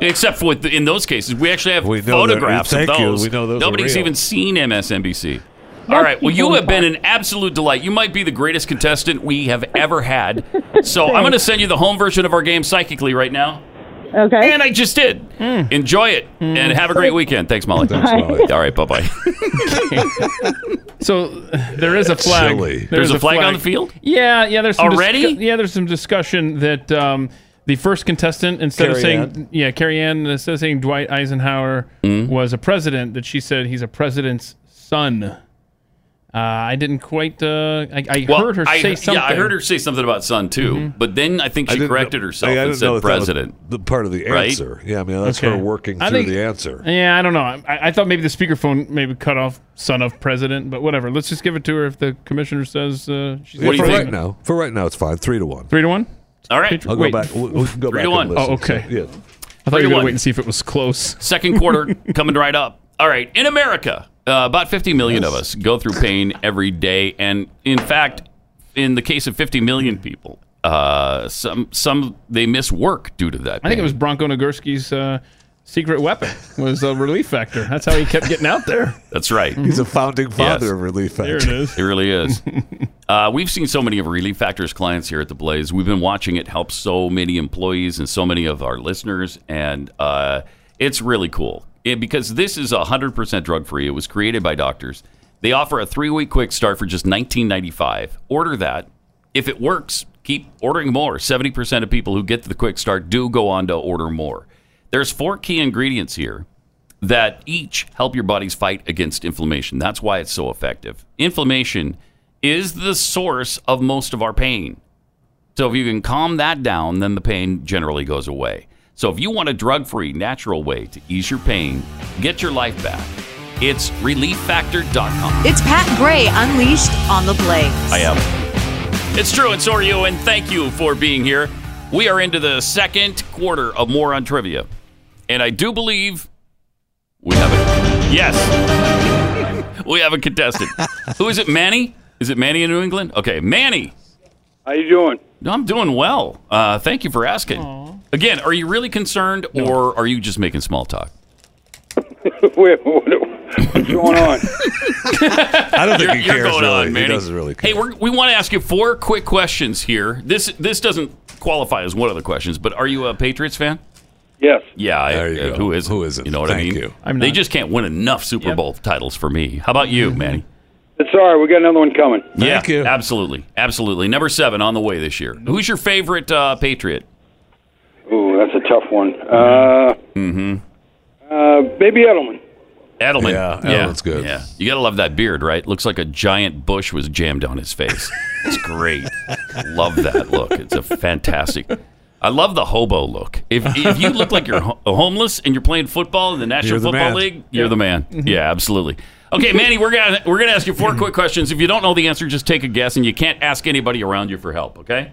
except with in those cases, we actually have know they're- photographs of thank you. those. We know those are Nobody's real. even seen MSNBC. All right. Well, you have been an absolute delight. You might be the greatest contestant we have ever had. So I'm going to send you the home version of our game psychically right now. Okay. And I just did. Enjoy it and have a great weekend. Thanks, Molly. Thanks, Molly. All right. Bye bye. So there is a flag. Silly. There There's is a flag on the field? Yeah, yeah. There's some discu- Already? yeah, there's some discussion that um, the first contestant, instead of Carrie saying Ann. yeah, Carrie Ann, instead of saying Dwight Eisenhower Mm. was a president, that she said he's a president's son. Uh, I didn't quite. Uh, I, I Well, heard her I- say something. Yeah, I heard her say something about son too, Mhm. but then I think she corrected herself I and didn't know said if that was president. the part of the Right? answer. Yeah, I mean that's Okay. her working I through think- the answer. Yeah, I don't know. I, I thought maybe the speakerphone maybe cut off son of president, but whatever. Let's just give it to her if the commissioner says uh, she's. Yeah, got for a right now, for right now, it's fine. Three to one. Three to one. All right. I'll go Wait. back. We'll, we'll go Three back to one. And listen. Oh, okay. Yeah. I Three thought to you were one. waiting to see if it was close. Second quarter coming right up. All right, in America, uh, about 50 million of us go through pain every day, and in fact, in the case of 50 million people, uh, some some they miss work due to that. I think it was Bronco Nagurski's uh, secret weapon was a relief factor. That's how he kept getting out there. That's right. He's a founding father Yes. of Relief There it Act. is. It really is. uh, we've seen so many of Relief Factor's clients here at the Blaze. We've been watching it help so many employees and so many of our listeners, and uh, it's really cool It- because this is 100% drug free. It was created by doctors. They offer a three week quick start for just $19.95. Order that. If it works, keep ordering more. 70% of people who get the quick start do go on to order more. There's four key ingredients here that each help your body's fight against inflammation. That's why it's so effective. Inflammation is the source of most of our pain. So if you can calm that down, then the pain generally goes away. So if you want a drug-free, natural way to ease your pain, get your life back, it's relieffactor.com. It's Pat Gray unleashed on the Blaze. I am. It's true. It's Oreo, and thank you for being here. We are into the second quarter of more on trivia, and I do believe we have a yes. we have a contestant. Who is it? Manny? Is it Manny in New England? Okay, Manny. How you doing? No, I'm doing well. Uh, thank you for asking. Again, are you really concerned, or are you just making small talk? Wait, what- what's going on? I don't think you're, he you're cares going really. on, He Manny. doesn't really Hey, we're, we want to ask you four quick questions here. This this doesn't qualify as one of the questions, but are you a Patriots fan? Yes. Yeah. I, uh, Who is? Who is it? You know what I mean? They just can't win enough Super Bowl titles for me. How about you, Manny? It's all right. We got another one coming. Thank yeah, you. absolutely, absolutely. Number seven on the way this year. Who's your favorite uh, Patriot? Ooh, that's a tough one. Uh, Mm-hmm. uh, Baby Edelman. Edelman. Yeah, Edelman's good. Yeah, you gotta love that beard, right? Looks like a giant bush was jammed on his face. It's great. love that look. It's a fantastic. I love the hobo look. If if you look like you're ho- homeless and you're playing football in the National You're the Football man. League, you're Yeah. the man. Mhm. Yeah, absolutely. Okay, Manny, we're gonna we're gonna ask you four quick questions. If you don't know the answer, just take a guess, and you can't ask anybody around you for help. Okay.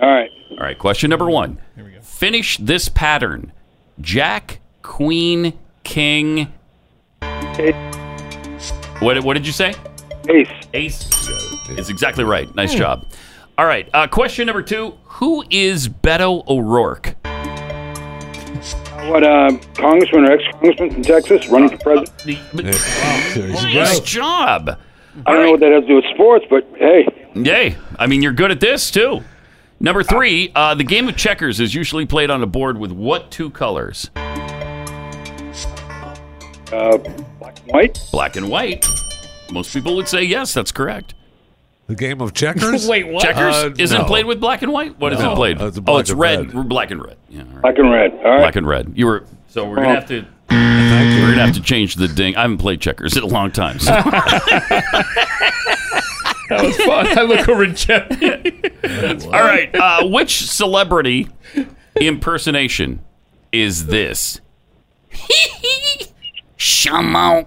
All right. All right. Question number one. Here we go. Finish this pattern. Jack, Queen, King. What, what did you say? Ace. Ace. Hmm. It's exactly right. Nice job. All right. Uh, question number two. Who is Beto O'Rourke? What, uh, Congressman or ex-Congressman from Texas running for president? Nice job. I don't know what that has to do with sports, but hey. Yay. I mean, you're good at this, too. Number three. Uh, the game of checkers is usually played on a board with what two colors? Uh, black and white. Black and white. Most people would say yes. That's correct. The game of checkers. Wait, what? Checkers Uh, isn't no. played with black and white. What is No. it played? Uh, it's oh, black it's and red, black and red. Yeah, Black and red. All right. Black and red. You were so we're gonna Oh. have to we're gonna have to change the ding. I haven't played checkers in a long time. So. That was fun. I look over at Jeff. All right, uh, which celebrity impersonation is this? Shaman.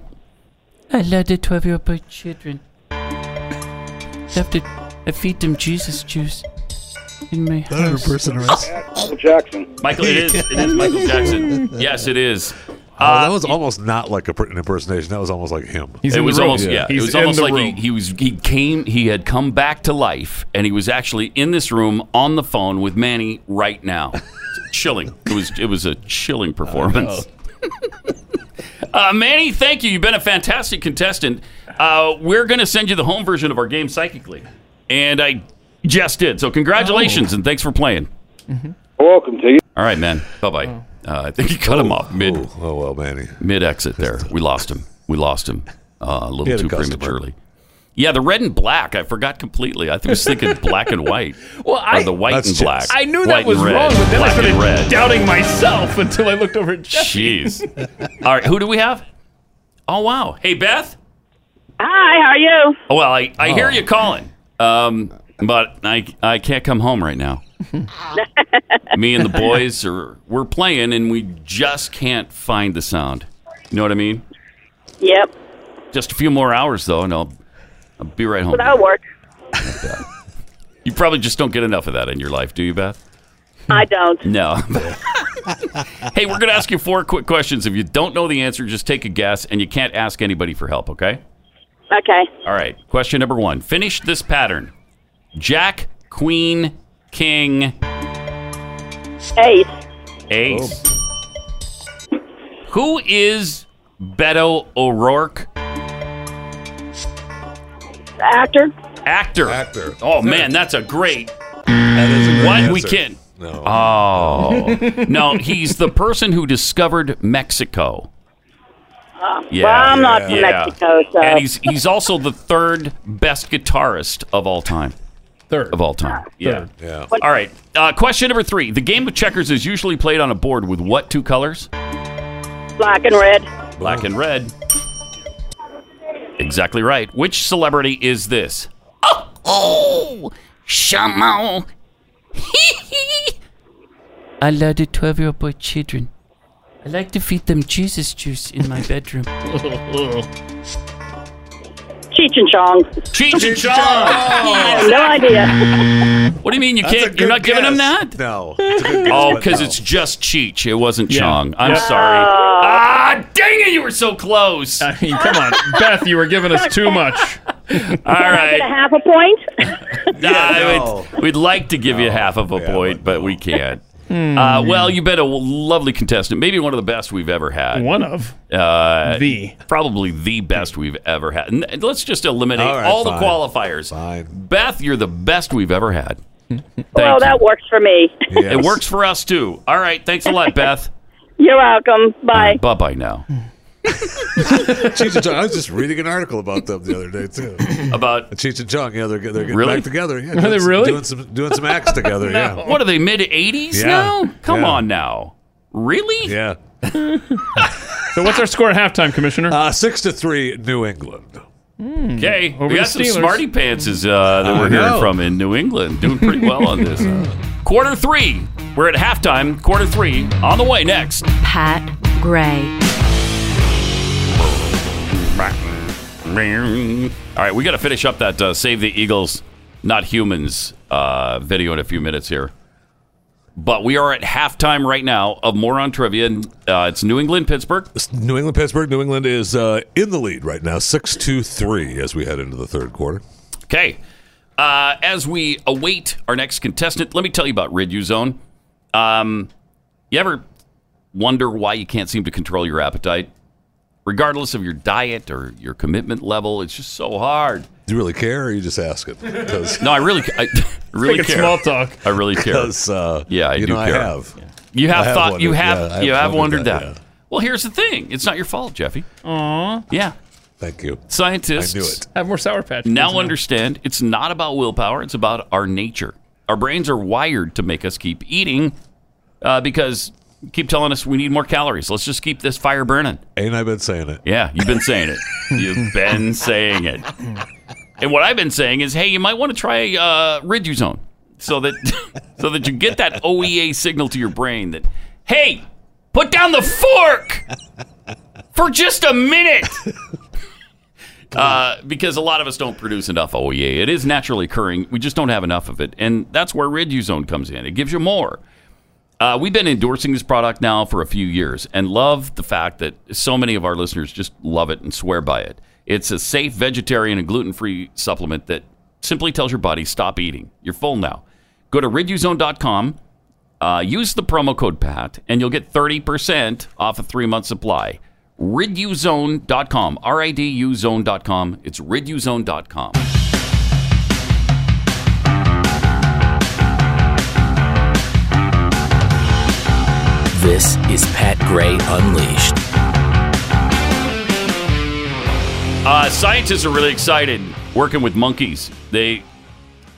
I love the 12 year old children. Love to, I feed them Jesus juice in my house. Michael Jackson. Michael, it is. It is Michael Jackson. Yes, it is. Oh, uh, that was almost not like a pr- an impersonation. That was almost like him. it was almost yeah. it was almost like he, he was he came he had come back to life and he was actually in this room on the phone with Manny right now. It's chilling. It was it was a chilling performance. uh, Manny, thank you. You've been a fantastic contestant. Uh, we're going to send you the home version of our game psychically. And I just did. So congratulations and thanks for playing. Welcome to you. All right, man. Bye bye. Uh, I think he cut him off mid. Oh, well, Manny. Mid exit there. We lost him. We lost him uh, a He little had a too customer. prematurely. Yeah, the red and black. I forgot completely. I think I was thinking black and white. Well, I- or the white and black. I knew White that and was red. wrong, but then I Black and started red. doubting myself until I looked over at Jeffy. Jeez. All right, who do we have? Oh wow. Hey Beth. Hi, how are you? Oh, well, I, I hear Oh. you calling. Um, but I I can't come home right now. Me and the boys are we're playing and we just can't find the sound. You know what I mean? Yep. Just a few more hours though, and I'll I'll be right So home. that'll work. You probably just don't get enough of that in your life, do you, Beth? I don't. No. hey, we're gonna ask you four quick questions. If you don't know the answer, just take a guess, and you can't ask anybody for help. Okay? Okay. All right. Question number one. Finish this pattern. Jack, Queen, King, Ace. Ace. Who is Beto O'Rourke? Actor. Actor. Actor. Oh man, that's a great. That is a great what answer. we Uh, can. No. Oh no, he's the person who discovered Mexico. yeah, Uh, well, I'm not from yeah. Mexico, so. And he's he's also the third best guitarist of all time. Third of all time. Yeah. Third. Yeah. All right. Uh, question number three: The game of checkers is usually played on a board with what two colors? Black and red. Black and red. Exactly right. Which celebrity is this? Oh, Shamo. I love the 12 year old boy children. I like to feed them Jesus juice in my bedroom. Oh, Cheech and Chong. Cheech and Chong. I have no idea. What do you mean you That's a can't? good You're not giving him guess. that? No. oh, because it's just Cheech. It wasn't Chong. I'm Yeah. sorry. ah, dang it! You were so close. I mean, come on, Beth, you were giving us too much. All right. half a point. Nah, we'd, we'd like to give you half of a point, but we can't. Hmm. Uh, well, you've been a lovely contestant, maybe one of the best we've ever had. One of. Uh, The. probably the best we've ever had. And let's just eliminate all, All right, the fine. qualifiers. Beth, you're the best we've ever had. well, that works for me. It works for us too. All right, thanks a lot, Beth. You're welcome. Bye. Bye bye now. Cheech and Chong. I was just reading an article about them the other day too. About Cheech and Chong. Yeah, they're get- they're getting Really? back together. Yeah, Are doing they some- really? doing some doing some acts together? Yeah. What are they mid '80s Yeah. now? Come Yeah. on now, really? Yeah. So what's our score at halftime, Commissioner? Uh, six to three, New England. Okay, Over we got the some Steelers. smarty pantses uh, that I we're hearing know. from in New England, doing pretty well on this. quarter three, we're at halftime. Quarter three on the way next. Pat Gray. All right, we got to finish up that uh, "Save the Eagles, Not Humans" uh, video in a few minutes here. But we are at halftime right now of more on trivia. Uh, it's New England, Pittsburgh. New England, Pittsburgh. New England is uh, in the lead right now, six to three, as we head into the third quarter. Okay. Uh, as we await our next contestant, let me tell you about Riduzone. Um, you ever wonder why you can't seem to control your appetite? Regardless of your diet or your commitment level, it's just so hard. Do you really care, or you just ask it? Because No, I really, I really Making care. small talk. I really care. Because, uh, yeah, I you do know, I care. have. You I have have thought. you wondered- have. yeah, I have you have wondered wondered that. that, yeah. Well, here's the thing. It's not your fault, Jeffy. Aw. Yeah. Thank you. Scientists I knew it. Have more Sour Patch. Kids now understand it's not about willpower it's about our nature our brains are wired to make us keep eating uh, because you keep telling us we need more calories let's just keep this fire burning Ain't I been saying it? yeah you've been saying it you've been saying it and what i've been saying is hey you might want to try uh, riduzone so that so that you get that oea signal to your brain that hey put down the fork for just a minute uh, because a lot of us don't produce enough OEA. It is naturally occurring. We just don't have enough of it. And that's where Riduzone comes in. It gives you more. Uh, we've been endorsing this product now for a few years and love the fact that so many of our listeners just love it and swear by it. It's a safe vegetarian and gluten free supplement that simply tells your body stop eating. You're full now. Go to riduzone.com, uh, use the promo code PAT, and you'll get 30% off a three month supply. riduzone.com. R I D U zone.com. It's riduzone.com. This is Pat Gray Unleashed. Uh, scientists are really excited working with monkeys. They,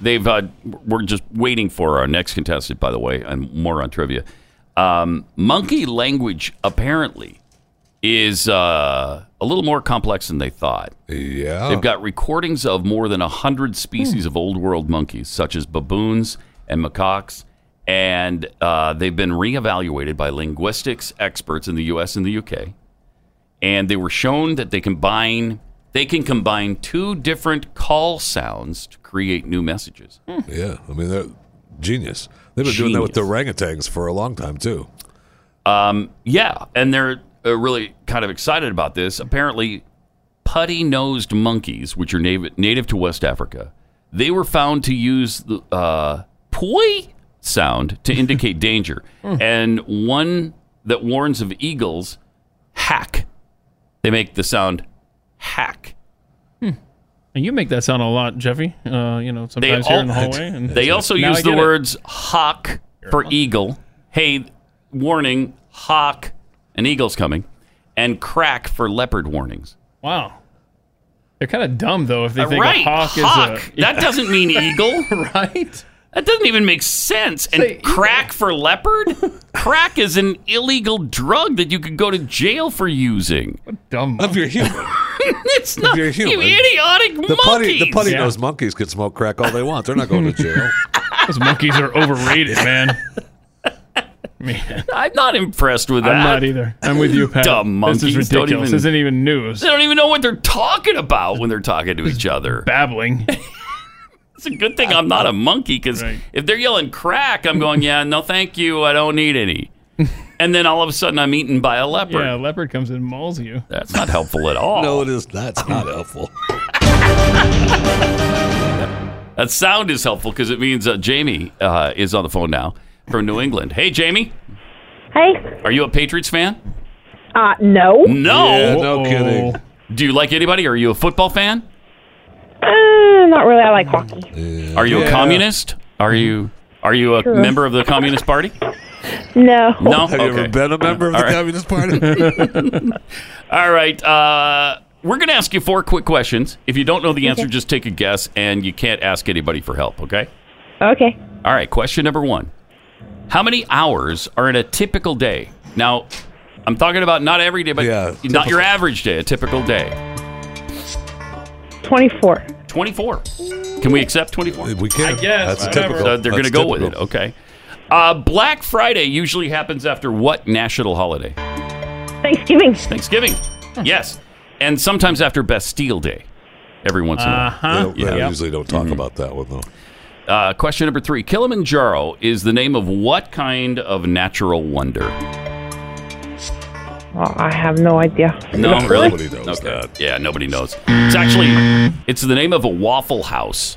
they've. Uh, we're just waiting for our next contestant, by the way, and more on trivia. Um, monkey language apparently is uh, a little more complex than they thought. Yeah, They've got recordings of more than 100 species of old world monkeys, such as baboons and macaques, and uh, they've been reevaluated by linguistics experts in the US and the UK. And they were shown that they combine they can combine two different call sounds to create new messages. Yeah, I mean they're genius. They've been doing that with the orangutans for a long time too. Um, yeah, and they're uh, really kind of excited about this. Apparently, putty nosed monkeys, which are native, native to West Africa, they were found to use the uh, poi sound to indicate danger, Hmm. and one that warns of eagles, hack. They make the sound hack. And you make that sound a lot, Jeffy. Uh, you know, They, sometimes here al- in the hallway. And they also Now I use the get it. words hawk for eagle. Hey, warning, hawk, an eagle's coming, and crack for leopard warnings. Wow. They're kind of dumb though if they Uh, think right, a hawk, hawk. is a That doesn't mean eagle, right? That doesn't even make sense. And crack for leopard? crack is an illegal drug that you could go to jail for using. What dumb. If you're human. it's not you're you human. idiotic The putty, the monkeys. putty nosed monkeys can smoke crack all they want. They're not going to jail. Those monkeys are overrated, man. I'm not impressed with that. I'm not either. I'm with you, Pat. Dumb monkeys. This is don't ridiculous. even- This isn't even news. They don't even know what they're talking about when they're talking to each other. Babbling. it's a good thing I'm not a monkey because Right. if they're yelling crack, I'm going, yeah, no, thank you. I don't need any. And then all of a sudden, I'm eaten by a leopard. Yeah, a leopard comes and mauls you. That's not helpful at all. No, it is not. It's not helpful. That sound is helpful because it means uh, Jamie uh, is on the phone now from New England. Hey, Jamie, Hey, are you a Patriots fan? uh, no. No, Yeah, Uh, no kidding. Do you like anybody? Are you a football fan? Uh, not really. I like hockey. Are you Yeah. a communist? Are you are you a Sure. member of the Communist Party? No. No. Have you ever Okay. been a member of All the right. Communist Party? All right. Uh, we're going to ask you four quick questions. If you don't know the answer, just take a guess, and you can't ask anybody for help, okay? Okay. All right. Question number one How many hours are in a typical day? Now, I'm talking about not every day, but not your average day, a typical day. 24. 24. Can we accept 24? We can. I guess. That's a whatever. typical. So they're going to That's go with it, typical. okay? Uh, Black Friday usually happens after what national holiday? Thanksgiving. Thanksgiving. Yes. And sometimes after Bastille Day, every once in a while. Uh-huh. They- they Yeah. usually don't talk about that one, though. Uh, question number three Kilimanjaro is the name of what kind of natural wonder? Oh, I have no idea. No, really? Nobody knows that. Yeah, nobody knows. It's actually it's the name of a waffle house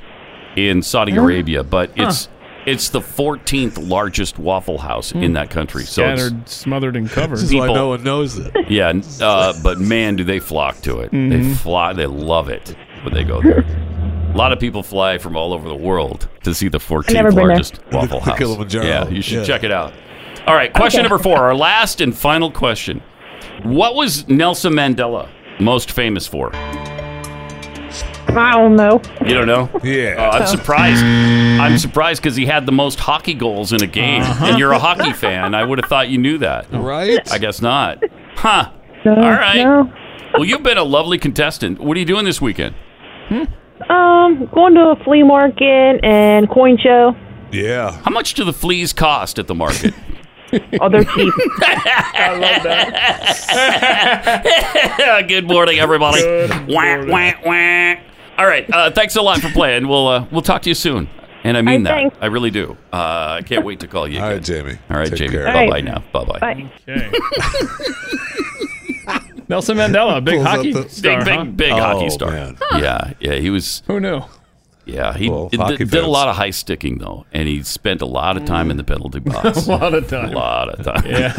in Saudi Arabia, but it's it's the 14th largest waffle house in Hmm. that country. So it's- Scattered, smothered, and covered. This is why People- no one knows it. Yeah, n- uh, but man, do they flock to it. They Mm-hmm. Mhm. fly. They love it when they go there. A lot of people fly from all over the world to see the 14th been there. largest Waffle The House. Kilimanjaro. Yeah, you should Yeah. check it out. All right, question number four, our last and final question. What was Nelson Mandela most famous for? I don't know. You don't know? Yeah. Oh, Oh. I'm surprised. I'm surprised because he had the most hockey goals in a game, and you're a hockey fan. I would have thought you knew that. Right? I guess not. Huh. Uh, No, All right. Well, you've been a lovely contestant. What are you doing this weekend? Um, going to a flea market and coin show. Yeah. How much do the fleas cost at the market? Oh, they're cheap. I love that. Good morning, everybody. Wah, wah, wah. All right. Uh, thanks a lot for playing. We'll uh, we'll talk to you soon. And I mean that. thanks. I really do. Uh, I can't wait to call you. Again. All right, Jamie. All right, Take Jamie. care. Bye bye now. Bye bye. Bye. Okay. Nelson Mandela, big Pulls up hockey the- star, big, big, huh? Oh, big hockey star. Yeah, yeah. He was. Who knew? Yeah, he Well, did, hockey did a fans. lot of high sticking though, and he spent a lot of time in the penalty box. a lot of time. A lot of time. Yeah,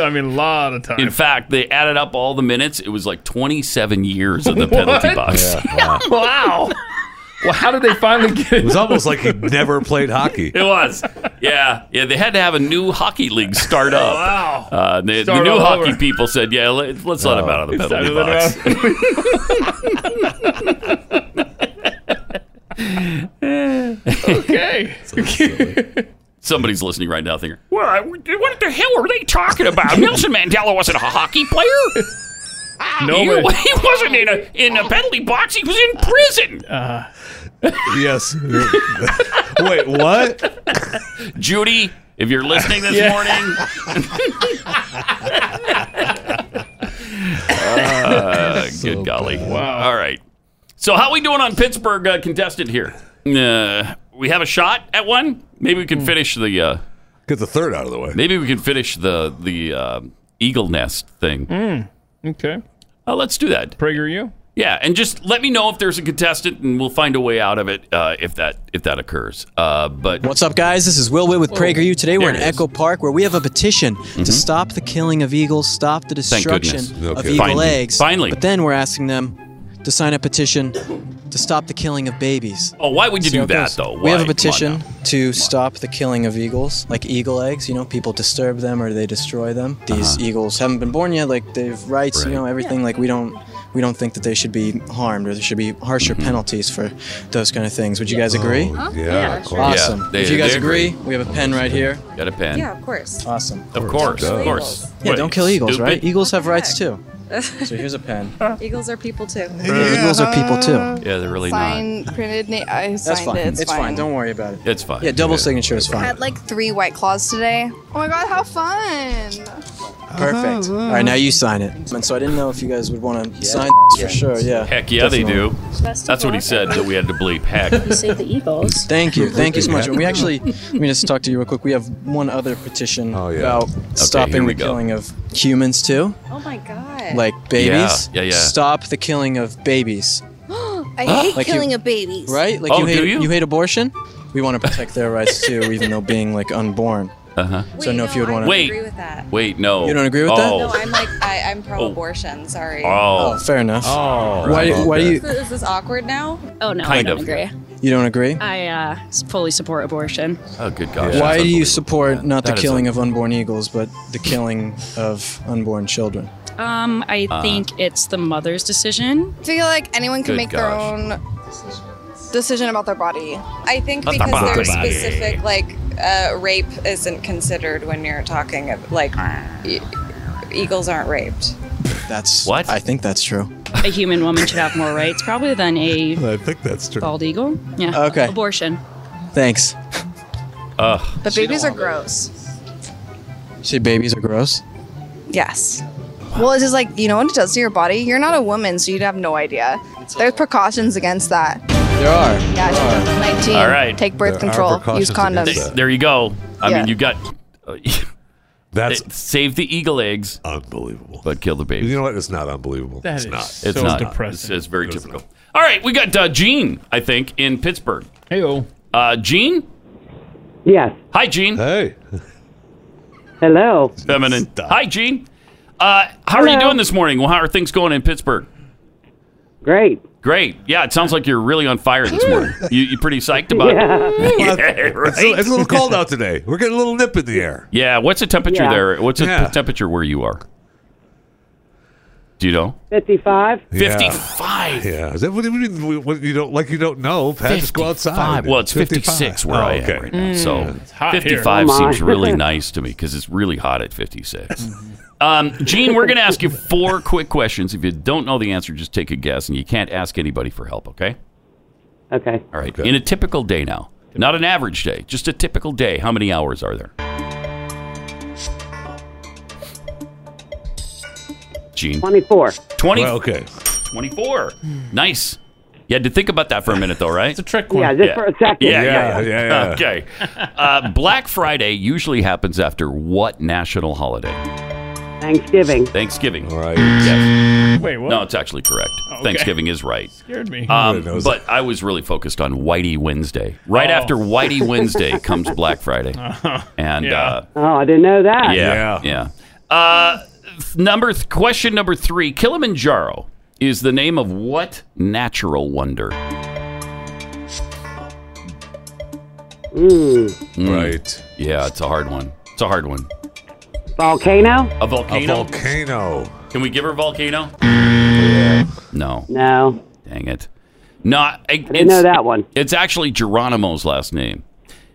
I mean, a lot of time. In fact, they added up all the minutes. It was like 27 years of the penalty What? box. wow. Well, how did they finally get it? It was almost like he never played hockey. It was. Yeah. Yeah. They had to have a new hockey league start up. Wow. Uh, they- the Start new all hockey over. people said, yeah, let, let's let him out of the It's penalty time to let box. him okay. Somebody's listening right now thinking, Well, I- what the hell are they talking about? Nelson Mandela wasn't a hockey player. Oh, No he, way. he wasn't in a in a penalty box. He was in prison. yes. Wait, what? Judy, if you're listening this Yeah. morning. Uh, good golly. Wow. All right. So, how we doing on Pittsburgh uh, contestant here? Uh, we have a shot at one. Maybe we can finish the. Uh, Get the third out of the way. Maybe we can finish the the uh, eagle nest thing. Mm, okay. Uh, let's do that. Prager, you? Yeah, and just let me know if there's a contestant, and we'll find a way out of it uh, if that if that occurs. Uh, but What's up, guys? This is Will Witt with Whoa. PragerU. Today There we're in it is. Echo Park where we have a petition Mhm. to stop the killing of eagles, stop the Thank destruction goodness. of Okay. eagle Finally. eggs. Finally. But then we're asking them to sign a petition to stop the killing of babies. Oh, why would you See how do it that goes. though? We have a Why? Come on petition now. to stop the killing of eagles, like eagle eggs. You know, people disturb them or they destroy them. These Uh-huh. eagles haven't been born yet. Like they've rights, you Right. know, everything. Like we don't, we don't think that they should be harmed or there should be harsher penalties for those kind of things. Would you guys agree? Oh, yeah, Yeah, of sure. course. Awesome. Yeah, they- if you guys they agree, agree. we have a pen right here. Got a pen. Yeah, of course. Awesome. Of course, of course. Yeah, What, don't kill eagles, right? stupid? Eagles have rights too. So here's a pen. Eagles are people too. Eagles are people too. Yeah, they're really not. Sign printed name. I signed That's fine. it. It's, fine. Don't worry about it. It's fine. Yeah, double signature is fine. Had like three white claws today. Oh my god, how fun! Perfect. Uh-huh, All right, now you sign it. And so I didn't know if you guys would want to sign for sure. Yeah. Heck yeah, they do. Best of That's what he luck. said that we had to bleep. Heck. save the eagles. Thank you. Thank you so much. And we actually, let me just talk to you real quick. We have one other petition Oh, yeah. about Okay, here stopping we the go. killing of humans too, Oh my god. like babies. Yeah, yeah, yeah. Stop the killing of babies. I Huh? hate Like you- killing a baby. Right? Like Oh, you, hate, do you? hate abortion? We want to protect their rights too, even though being like unborn. Uh huh. So I know if you would want to. Wait. agree with that. Wait, no. You don't agree with that? oh. No, I'm like I, I'm pro-abortion. Sorry. Oh, fair enough. Oh, why? right. Why do Is this- you? is this awkward now? Oh no, Kind I don't of. agree. You don't agree? I uh, s- fully support abortion. Oh, good gosh. Why do you support not the That is killing of unborn eagles, but the killing of unborn children? Um, I Uh. think it's the mother's decision. I feel like anyone can Good make their own decision about their body. I think Not the because there's body. specific like uh, rape isn't considered when you're talking of like e- eagles aren't raped. That's what I think that's true. A human woman should have more rights probably than a I think that's bald eagle. Yeah. Okay. Abortion. Thanks. Ugh. But Babies are gross. Say babies are gross. Yes. Well, it's just like you know what it does to your body. You're not a woman, so you'd have no idea. There's precautions against that. There are. Yeah, children 19. All right. Take birth control. Use condoms. Th- There you go. I Yeah. mean, you got. That's save the eagle eggs. Unbelievable. But kill the baby. You know what? It's not unbelievable. That it's is not. so It's not. depressing. It's- it's very typical. All right, we got uh, Gene, I think, in Pittsburgh. Heyo. Uh, Gene? Yes. Hi, Gene. Hey. Hello. Feminine. Hi, Gene. Uh, how are you doing this morning? Well, how are things going in Pittsburgh? Great. Great. Yeah, it sounds like you're really on fire this morning. you, you pretty psyched about it? Well, Yeah, it's, a, right? it's a little cold out today. We're getting a little nip in the air. Yeah, what's the temperature Yeah. there? What's the Yeah. temperature where you are? Do you know? 55. Fifty-five. Yeah. Is that what, do you mean, what you don't like? You don't know, Pat. Just go outside. 55. Well, it's 56 where Oh, I am okay. right now. So It's hot here. Oh, 55 my. seems really nice to me because it's really hot at 56. um, Gene, we're going to ask you four quick questions. If you don't know the answer, just take a guess, and you can't ask anybody for help, okay? Okay. All right. In a typical day now, not an average day, just a typical day, how many hours are there? Gene. 24. 20. Well, okay. 24. Nice. You had to think about that for a minute, though, right? It's a trick Yeah, just for a second. Yeah, Yeah, yeah, yeah. yeah, yeah. Okay. Uh, Black Friday usually happens after what national holiday? Thanksgiving. Thanksgiving. All right. Yes. Wait, what? No, it's actually correct. Oh, okay. Thanksgiving is right. Scared me. Uh, Um, Everybody knows but I was really focused on Whitey Wednesday. Right Oh. after Whitey Wednesday comes Black Friday, and uh, Oh, I didn't know that. yeah, yeah. Uh, th- number th- question number three: Kilimanjaro is the name of what natural wonder? Mm. Right. Yeah, it's a hard one. It's a hard one. Volcano? A volcano. A volcano. Can we give her volcano? No. No. Dang it. No, I, didn't know that one. It's actually Geronimo's last name.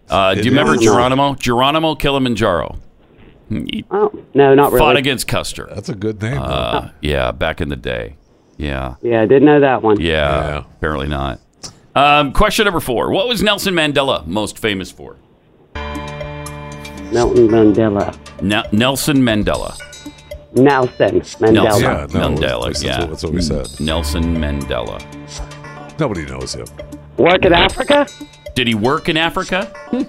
Uh, do It you remember is. Geronimo? Geronimo Kilimanjaro. He Oh, no, not really. Fought against Custer. That's a good name. Uh, yeah, back in the day. Yeah. Yeah, I didn't know that one. Yeah, apparently not. Um, question number four. What was Nelson Mandela most famous for? Nelson Mandela. Ne- Nelson Mandela. Nelson Mandela. Nelson Mandela. yeah. that's what we said. Nelson Mandela. Nobody knows him. Work in Africa? Did he work in Africa? Yeah.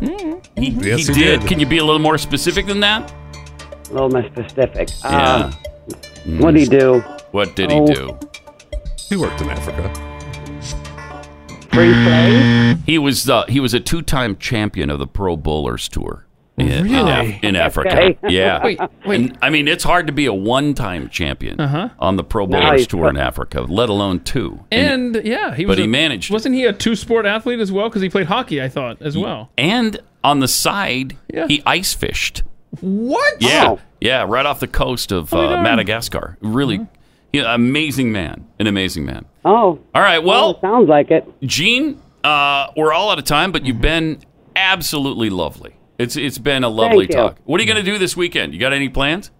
He, Yes, he E he did. did. Can you be a little more specific than that? A little more specific. Yeah. Um, What'd he do? What did Oh. he do? He worked in Africa. Free play? He was uh, he was a two time champion of the Pro Bowlers Tour. In, in Really? Af- in Africa, Okay. yeah. Wait, wait. And, I mean, it's hard to be a one-time champion Uh-huh. on the Pro Now Bowlers he's- Tour in Africa, let alone two. And yeah, he was. but he a- managed it. Wasn't he a two-sport athlete as well? Because he played hockey, I thought as well. And on the side, he ice fished. What? Yeah, yeah, right off the coast of Oh, my uh, God. Mm-hmm. Madagascar. Really, yeah, amazing man, an amazing man. Oh. All right, well, sounds like it. Gene, uh, we're all out of time, but you've been absolutely lovely. It's it's been a lovely Mm-hmm. you. talk. What are you going to do this weekend? You got any plans?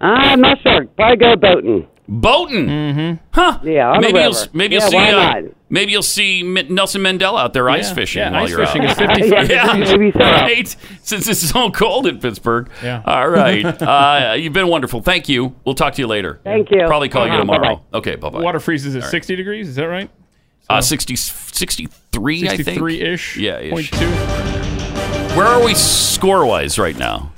I'm not sure. Probably go boating. Boating. Mm-hmm. Huh? Yeah. On maybe the you'll river. s- maybe yeah, you'll see why uh, not? maybe you'll see M- Nelson Mandela out there ice fishing yeah, while ice you're fishing out. at 55 degrees. Maybe so. right? Since it's so cold in Pittsburgh. Yeah. All right. Uh, you've been wonderful. Thank you. We'll talk to you later. Thank you. Probably call you Uh-huh. tomorrow. Okay. Bye bye. Water freezes at All right. 60 degrees. Is that right? Uh, 60, 63, I think. 63-ish, Yeah, ish. Point two. Where are we score wise right now?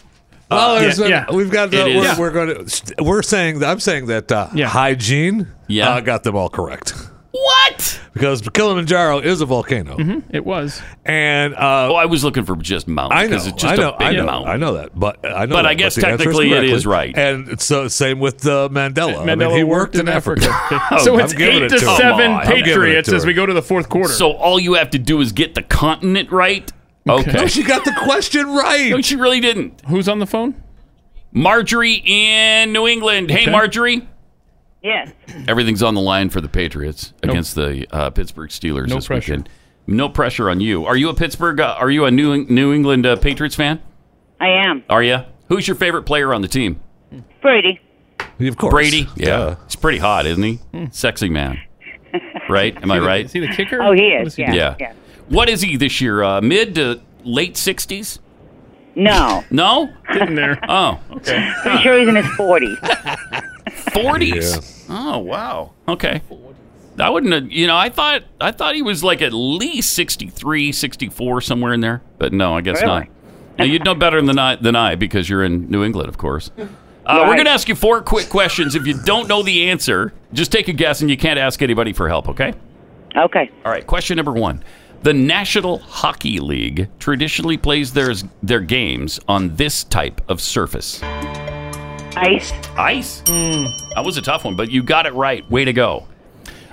Well, Uh, there's a- we've got. Uh, It we're, is- we're going to. We're saying. I'm saying that uh, hygiene. Yeah, uh, got them all correct What? because Kilimanjaro is a volcano. It was. And uh, oh, I was looking for just mountain. I know. 'cause It's I just know. a big I know. mountain. I know that, but I know. But that, I guess the answer technically it is correctly. right. And so same with uh, Mandela. I mean, Mandela he worked worked in in Africa. so I'm it's giving eight it to, him. seven Come on, I'm giving it Patriots to as her. we go to the fourth quarter. So all you have to do is get the continent right. Okay. No, she got the question right. No, she really didn't. Who's on the phone? Marjorie in New England. Hey, Okay. Marjorie. Yes. Everything's on the line for the Patriots against the uh, Pittsburgh Steelers No this pressure. weekend. No pressure on you. Are you a Pittsburgh? Uh, are you a New New England uh, Patriots fan? I am. Are you? Who's your favorite player on the team? Brady. Of course. Hmm. Brady. Yeah. He's pretty hot, isn't he? Sexy man. Right? Am I right? he the kicker? Oh, he is. Yeah. yeah. yeah. What is he this year? Uh, mid to late 60s? No. No? Getting there. Oh, okay. Pretty sure he's in his 40s. 40s. Oh, wow. Okay. I wouldn't have, you know, I thought I thought he was like at least 63, 64 somewhere in there, but no, I guess Really? not. Now, you'd know better than I, than I because you're in New England, of course. Uh, We're going to ask you four quick questions. If you don't know the answer, just take a guess and you can't ask anybody for help, okay? Okay. All right, question number one. The National Hockey League traditionally plays their, their games on this type of surface. Ice. Ice? That was a tough one, but you got it right. Way to go.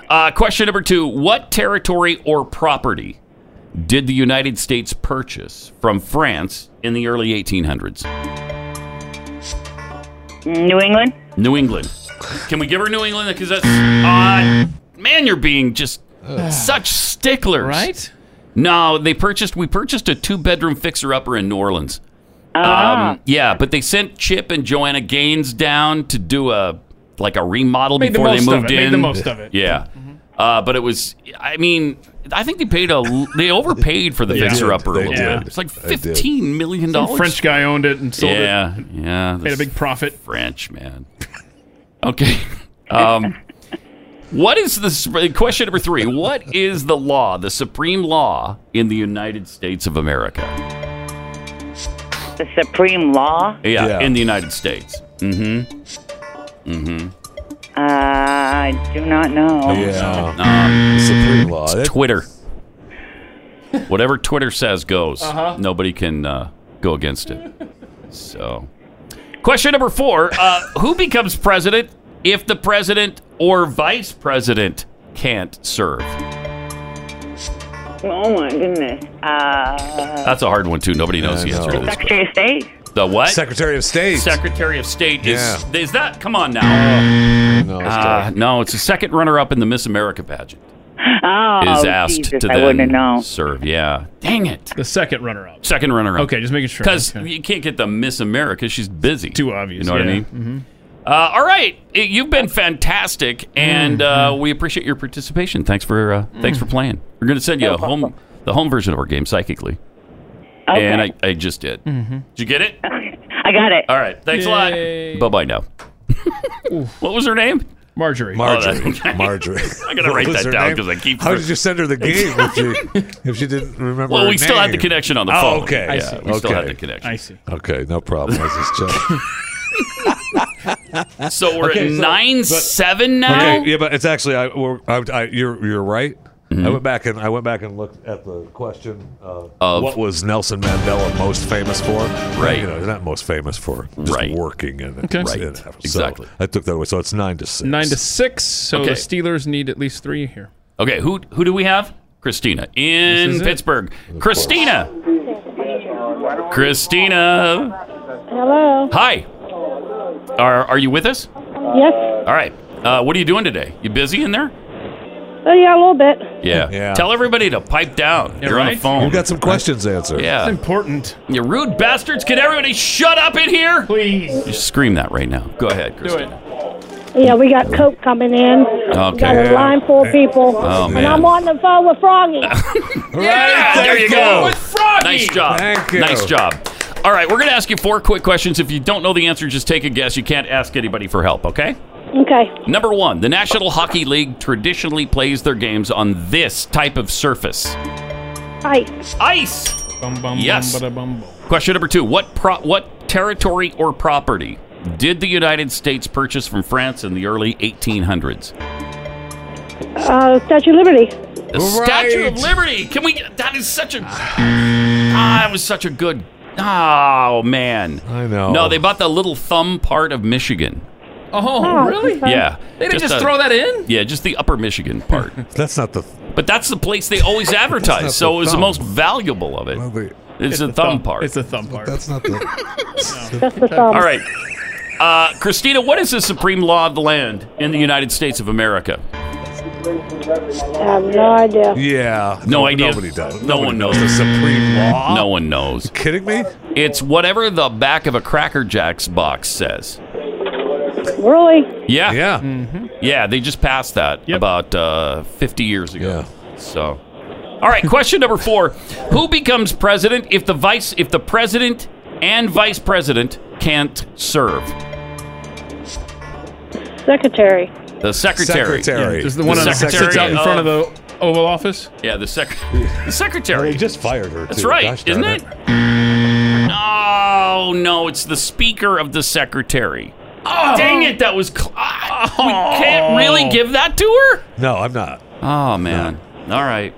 Uh, question number two What territory or property did the United States purchase from France in the early 1800s? New England. New England. Can we give her New England? Because that's odd. Man, you're being just such sticklers. Right? No, they purchased, we purchased a two bedroom fixer upper in New Orleans. Um, Ah. yeah, but they sent Chip and Joanna Gaines down to do a like a remodel Made the before they most of moved it, made in. the most of it. Mm-hmm. Yeah. Uh, but it was, I mean, I think they paid a, l- they overpaid for the They did. fixer upper a They little did. bit. It's like They did. fifteen million Some dollars. French guy owned it and sold yeah, it. yeah, Made a big profit. French man. Okay. Um, what is the sp- question number three? What is the law, the supreme law in the United States of America? The supreme law? Yeah, in the United States. Mm hmm. Mm hmm. Uh, I do not know. Um, It's Twitter. Whatever Twitter says goes. Uh-huh. Nobody can uh, go against it. So, question number four uh, Who becomes president if the president or vice president can't serve? Oh my goodness. Uh, That's a hard one, too. Nobody knows the answer to this. Secretary of State? The what? Secretary of State. Secretary of State is is that? Come on now. no, it's uh, no, it's the second runner-up in the Miss America pageant. Oh, is asked Jesus, to I then wouldn't know. serve. Yeah, dang it. The second runner up. second runner-up. Okay, just making sure. Because you can't get the Miss America. She's busy. Too obvious. You know what I yeah. Mm-hmm. mean? Uh, all right, Uh, you've been fantastic, and uh, we appreciate your participation. Thanks for uh, Mm. thanks for playing. We're going to send you a home the home version of our game psychically, Okay. and I, I just did. Mhm. Mm-hmm. Did you get it? I got it. All right, thanks a lot. Bye bye now. what was her name? Marjorie. Marjorie. Marjorie. Oh, I gotta What write was that her down name? 'cause I keep- How did you send her the game if she, if she didn't remember? Well, her we still had the name? connection on the Oh, phone. okay. I Yeah, see. we still had the connection. I see. Okay, no problem. I was just checking. So we're Okay, at so- nine but- seven now. Okay, yeah, but it's actually I, we're, I, I you're you're right. Mm-hmm. I went back and I went back and looked at the question uh, Of- what was Nelson Mandela most famous for? Right. you know, not most famous for just Right. working in it. Okay. So Right. Exactly. I took that away. So it's nine to six. Nine to six. So Okay. the Steelers need at least three here. Okay, who who do we have? Christina This in is it. Pittsburgh. Christina. Christina. Hello. Hi. Are are you with us? Yes. All right. Uh, what are you doing today? You busy in there? Oh yeah, a little bit. Yeah. Tell everybody to pipe down. You're on right? the phone. We've got some questions answered. It's Yeah. important. You rude bastards. Can everybody shut up in here? Please. You scream that right now. Go ahead, Christina. Yeah, we got Coke coming in. We got Okay. a line full of people. Oh, man. And I'm on the phone with Froggy. Yeah, there you go. With Froggy. Nice job. Thank you. Nice job. All right, we're going to ask you four quick questions. If you don't know the answer, just take a guess. You can't ask anybody for help, okay? okay. Number one, the National Hockey League traditionally plays their games on this type of surface. Ice. Ice. Bum, bum, bum, Yes. bada-bum, bum. Question number two, what pro- what territory or property did the United States purchase from France in the early 1800s? Uh, Statue of Liberty. The Statue of Liberty. Can we? That is such a. ah, that was such a good. Oh man. I know. No, they bought the little thumb part of Michigan. Oh, Oh, really? Yeah. They didn't just, a- throw that in? Yeah, just the upper Michigan part. That's not the. but that's the place they always That's not advertise, so the it was the thumb. most valuable of it. it's, the, thumb, part. It's the thumb part. That's not the. That's the thumb. All right. Uh, Christina, what is the supreme law of the land in the United States of America? I have no idea. Yeah. No idea. Nobody does. No one knows. the supreme law. No one knows. Kidding me? It's whatever the back of a Cracker Jacks box says. Really? Yeah. Yeah. Yeah, they just passed that about uh, 50 years ago. So, all right, question number four: Who becomes president if the vice if the president and vice president can't serve? Secretary. The secretary. Secretary. Yeah, just the one on the sits out in front of the Oval Office. Yeah, the sec. The secretary. They just fired her. Oh. That's too. right, Gosh isn't darn it? Oh no, it's the speaker of the secretary. Oh, dang it! That was. Cl- ah, We can't really give that to her. No, I'm not. Oh man. All right.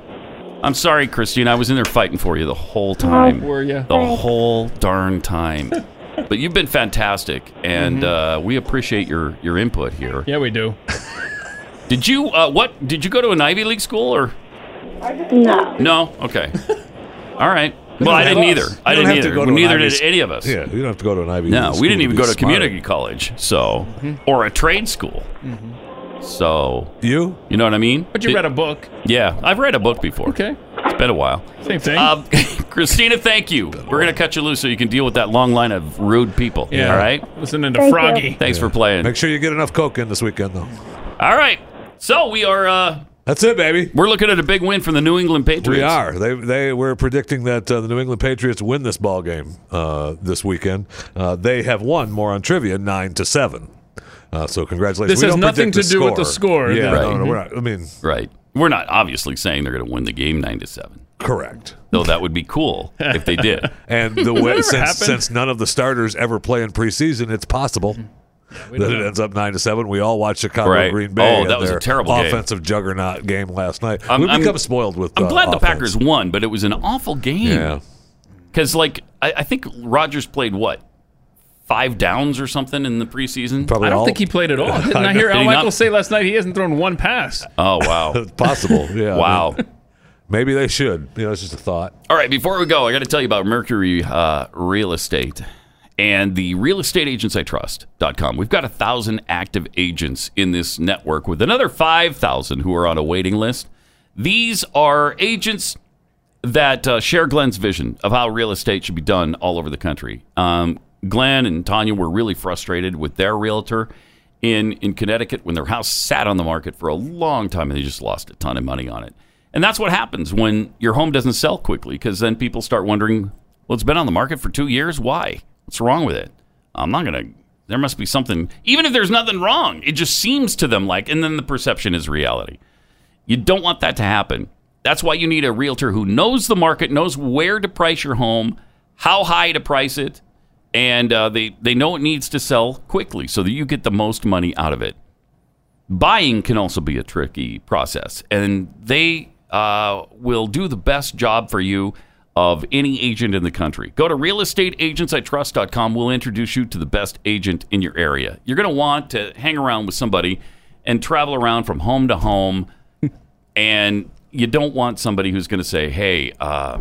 I'm sorry, Christine. I was in there fighting for you the whole time. were ya? The whole darn time. but you've been fantastic, and Mm-hmm. uh, we appreciate your your input here. Yeah, we do. Did you uh, what? Did you go to an Ivy League school or No. no? Okay. All right. We Well, don't I have didn't us. either. I We don't have didn't to either. go to Well, an Neither Ivy did sc- any of us. Yeah, you don't have to go to an Ivy No, League we school didn't even be go to smart. Mm-hmm. community college, so or a trade school. So you, you know what I mean? But you It- read a book. Yeah, I've read a book before. Okay. It's been a while. Same thing. Um, Christina, thank you. We're gonna cut you loose so you can deal with that long line of rude people. Yeah. All right. Listening to Thank you. Froggy. Thanks for playing. Make sure you get enough coke in this weekend, though. All right. So we are. Uh, That's it, baby. we're looking at a big win from the New England Patriots. We are. They they were predicting that uh, the New England Patriots win this ball game uh, this weekend. Uh, they have won more on trivia nine to seven. Uh, so congratulations. This We has don't nothing predict to do with the score. Yeah, Right. no, no, we're not. I mean, Right. We're not obviously saying they're going to win the game nine to seven. Correct. Though that would be cool if they did. And the way since, since none of the starters ever play in preseason, it's possible that it ends up nine to seven. We all watched Chicago Right. Green Bay. Oh, and that was a their terrible game. offensive juggernaut game last night. I'm- We've I'm- become spoiled with. I'm uh, glad the offense. Packers won, but it was an awful game. Yeah. Because, like, I, I think Rodgers played what? Five downs or something in the preseason? I don't think he played at all. Didn't I hear Did Al he not? Michaels say last night he hasn't thrown one pass? Oh, wow. It's possible. Yeah. Wow. maybe they should. You know, it's just a thought. All right, before we go, I got to tell you about Mercury uh, Real Estate and the real estate agents I trust.com. We've got a thousand active agents in this network with another 5,000 who are on a waiting list. These are agents that uh, share Glenn's vision of how real estate should be done all over the country. Um, Glenn and Tanya were really frustrated with their realtor in in Connecticut when their house sat on the market for a long time and they just lost a ton of money on it. And that's what happens when your home doesn't sell quickly because then people start wondering, well, it's been on the market for two years. Why? What's wrong with it? I'm not gonna. There must be something. Even if there's nothing wrong, it just seems to them like, and then the perception is reality. You don't want that to happen. That's why you need a realtor who knows the market, knows where to price your home, how high to price it, and uh, they, they know it needs to sell quickly so that you get the most money out of it. Buying can also be a tricky process, and they uh, will do the best job for you of any agent in the country. Go to realestateagentsitrust.com. We'll introduce you to the best agent in your area. You're going to want to hang around with somebody and travel around from home to home and you don't want somebody who's going to say, "Hey, uh,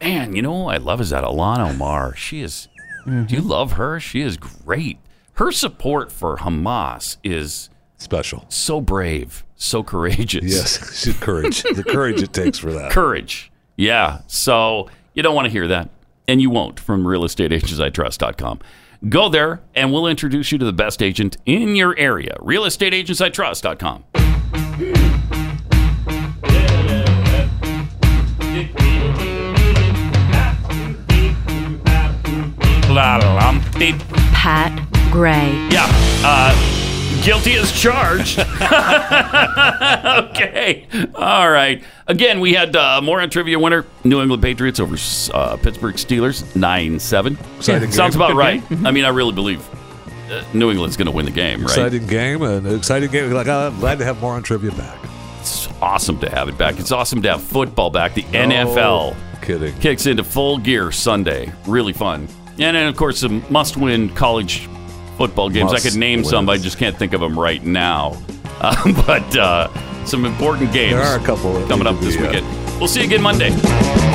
man, you know who I love is that Alana Omar. She is. Do you love her? She is great. Her support for Hamas is special. So brave, so courageous. Yes, she's courage. the courage it takes for that. Courage. Yeah. So you don't want to hear that, and you won't from realestateagentsitrust.com. Go there, and we'll introduce you to the best agent in your area. Realestateagentsitrust.com. La, la, la, beep. Pat Gray. Yeah. Uh, guilty as charged. okay. All right. Again, we had uh, more on trivia winner New England Patriots over uh, Pittsburgh Steelers, 9 7. Exciting Sounds game. about Good right. game. I mean, I really believe uh, New England's going to win the game, right? Exciting game and exciting game. Like I'm glad to have more on trivia back. It's awesome to have it back. It's awesome to have football back. The NFL kidding. kicks into full gear Sunday. Really fun. And then, of course, some must win college football games. I could name some, but I just can't think of them right now. Uh, but uh, some important games There are a couple that coming need up to this be, uh, weekend. We'll see you again Monday.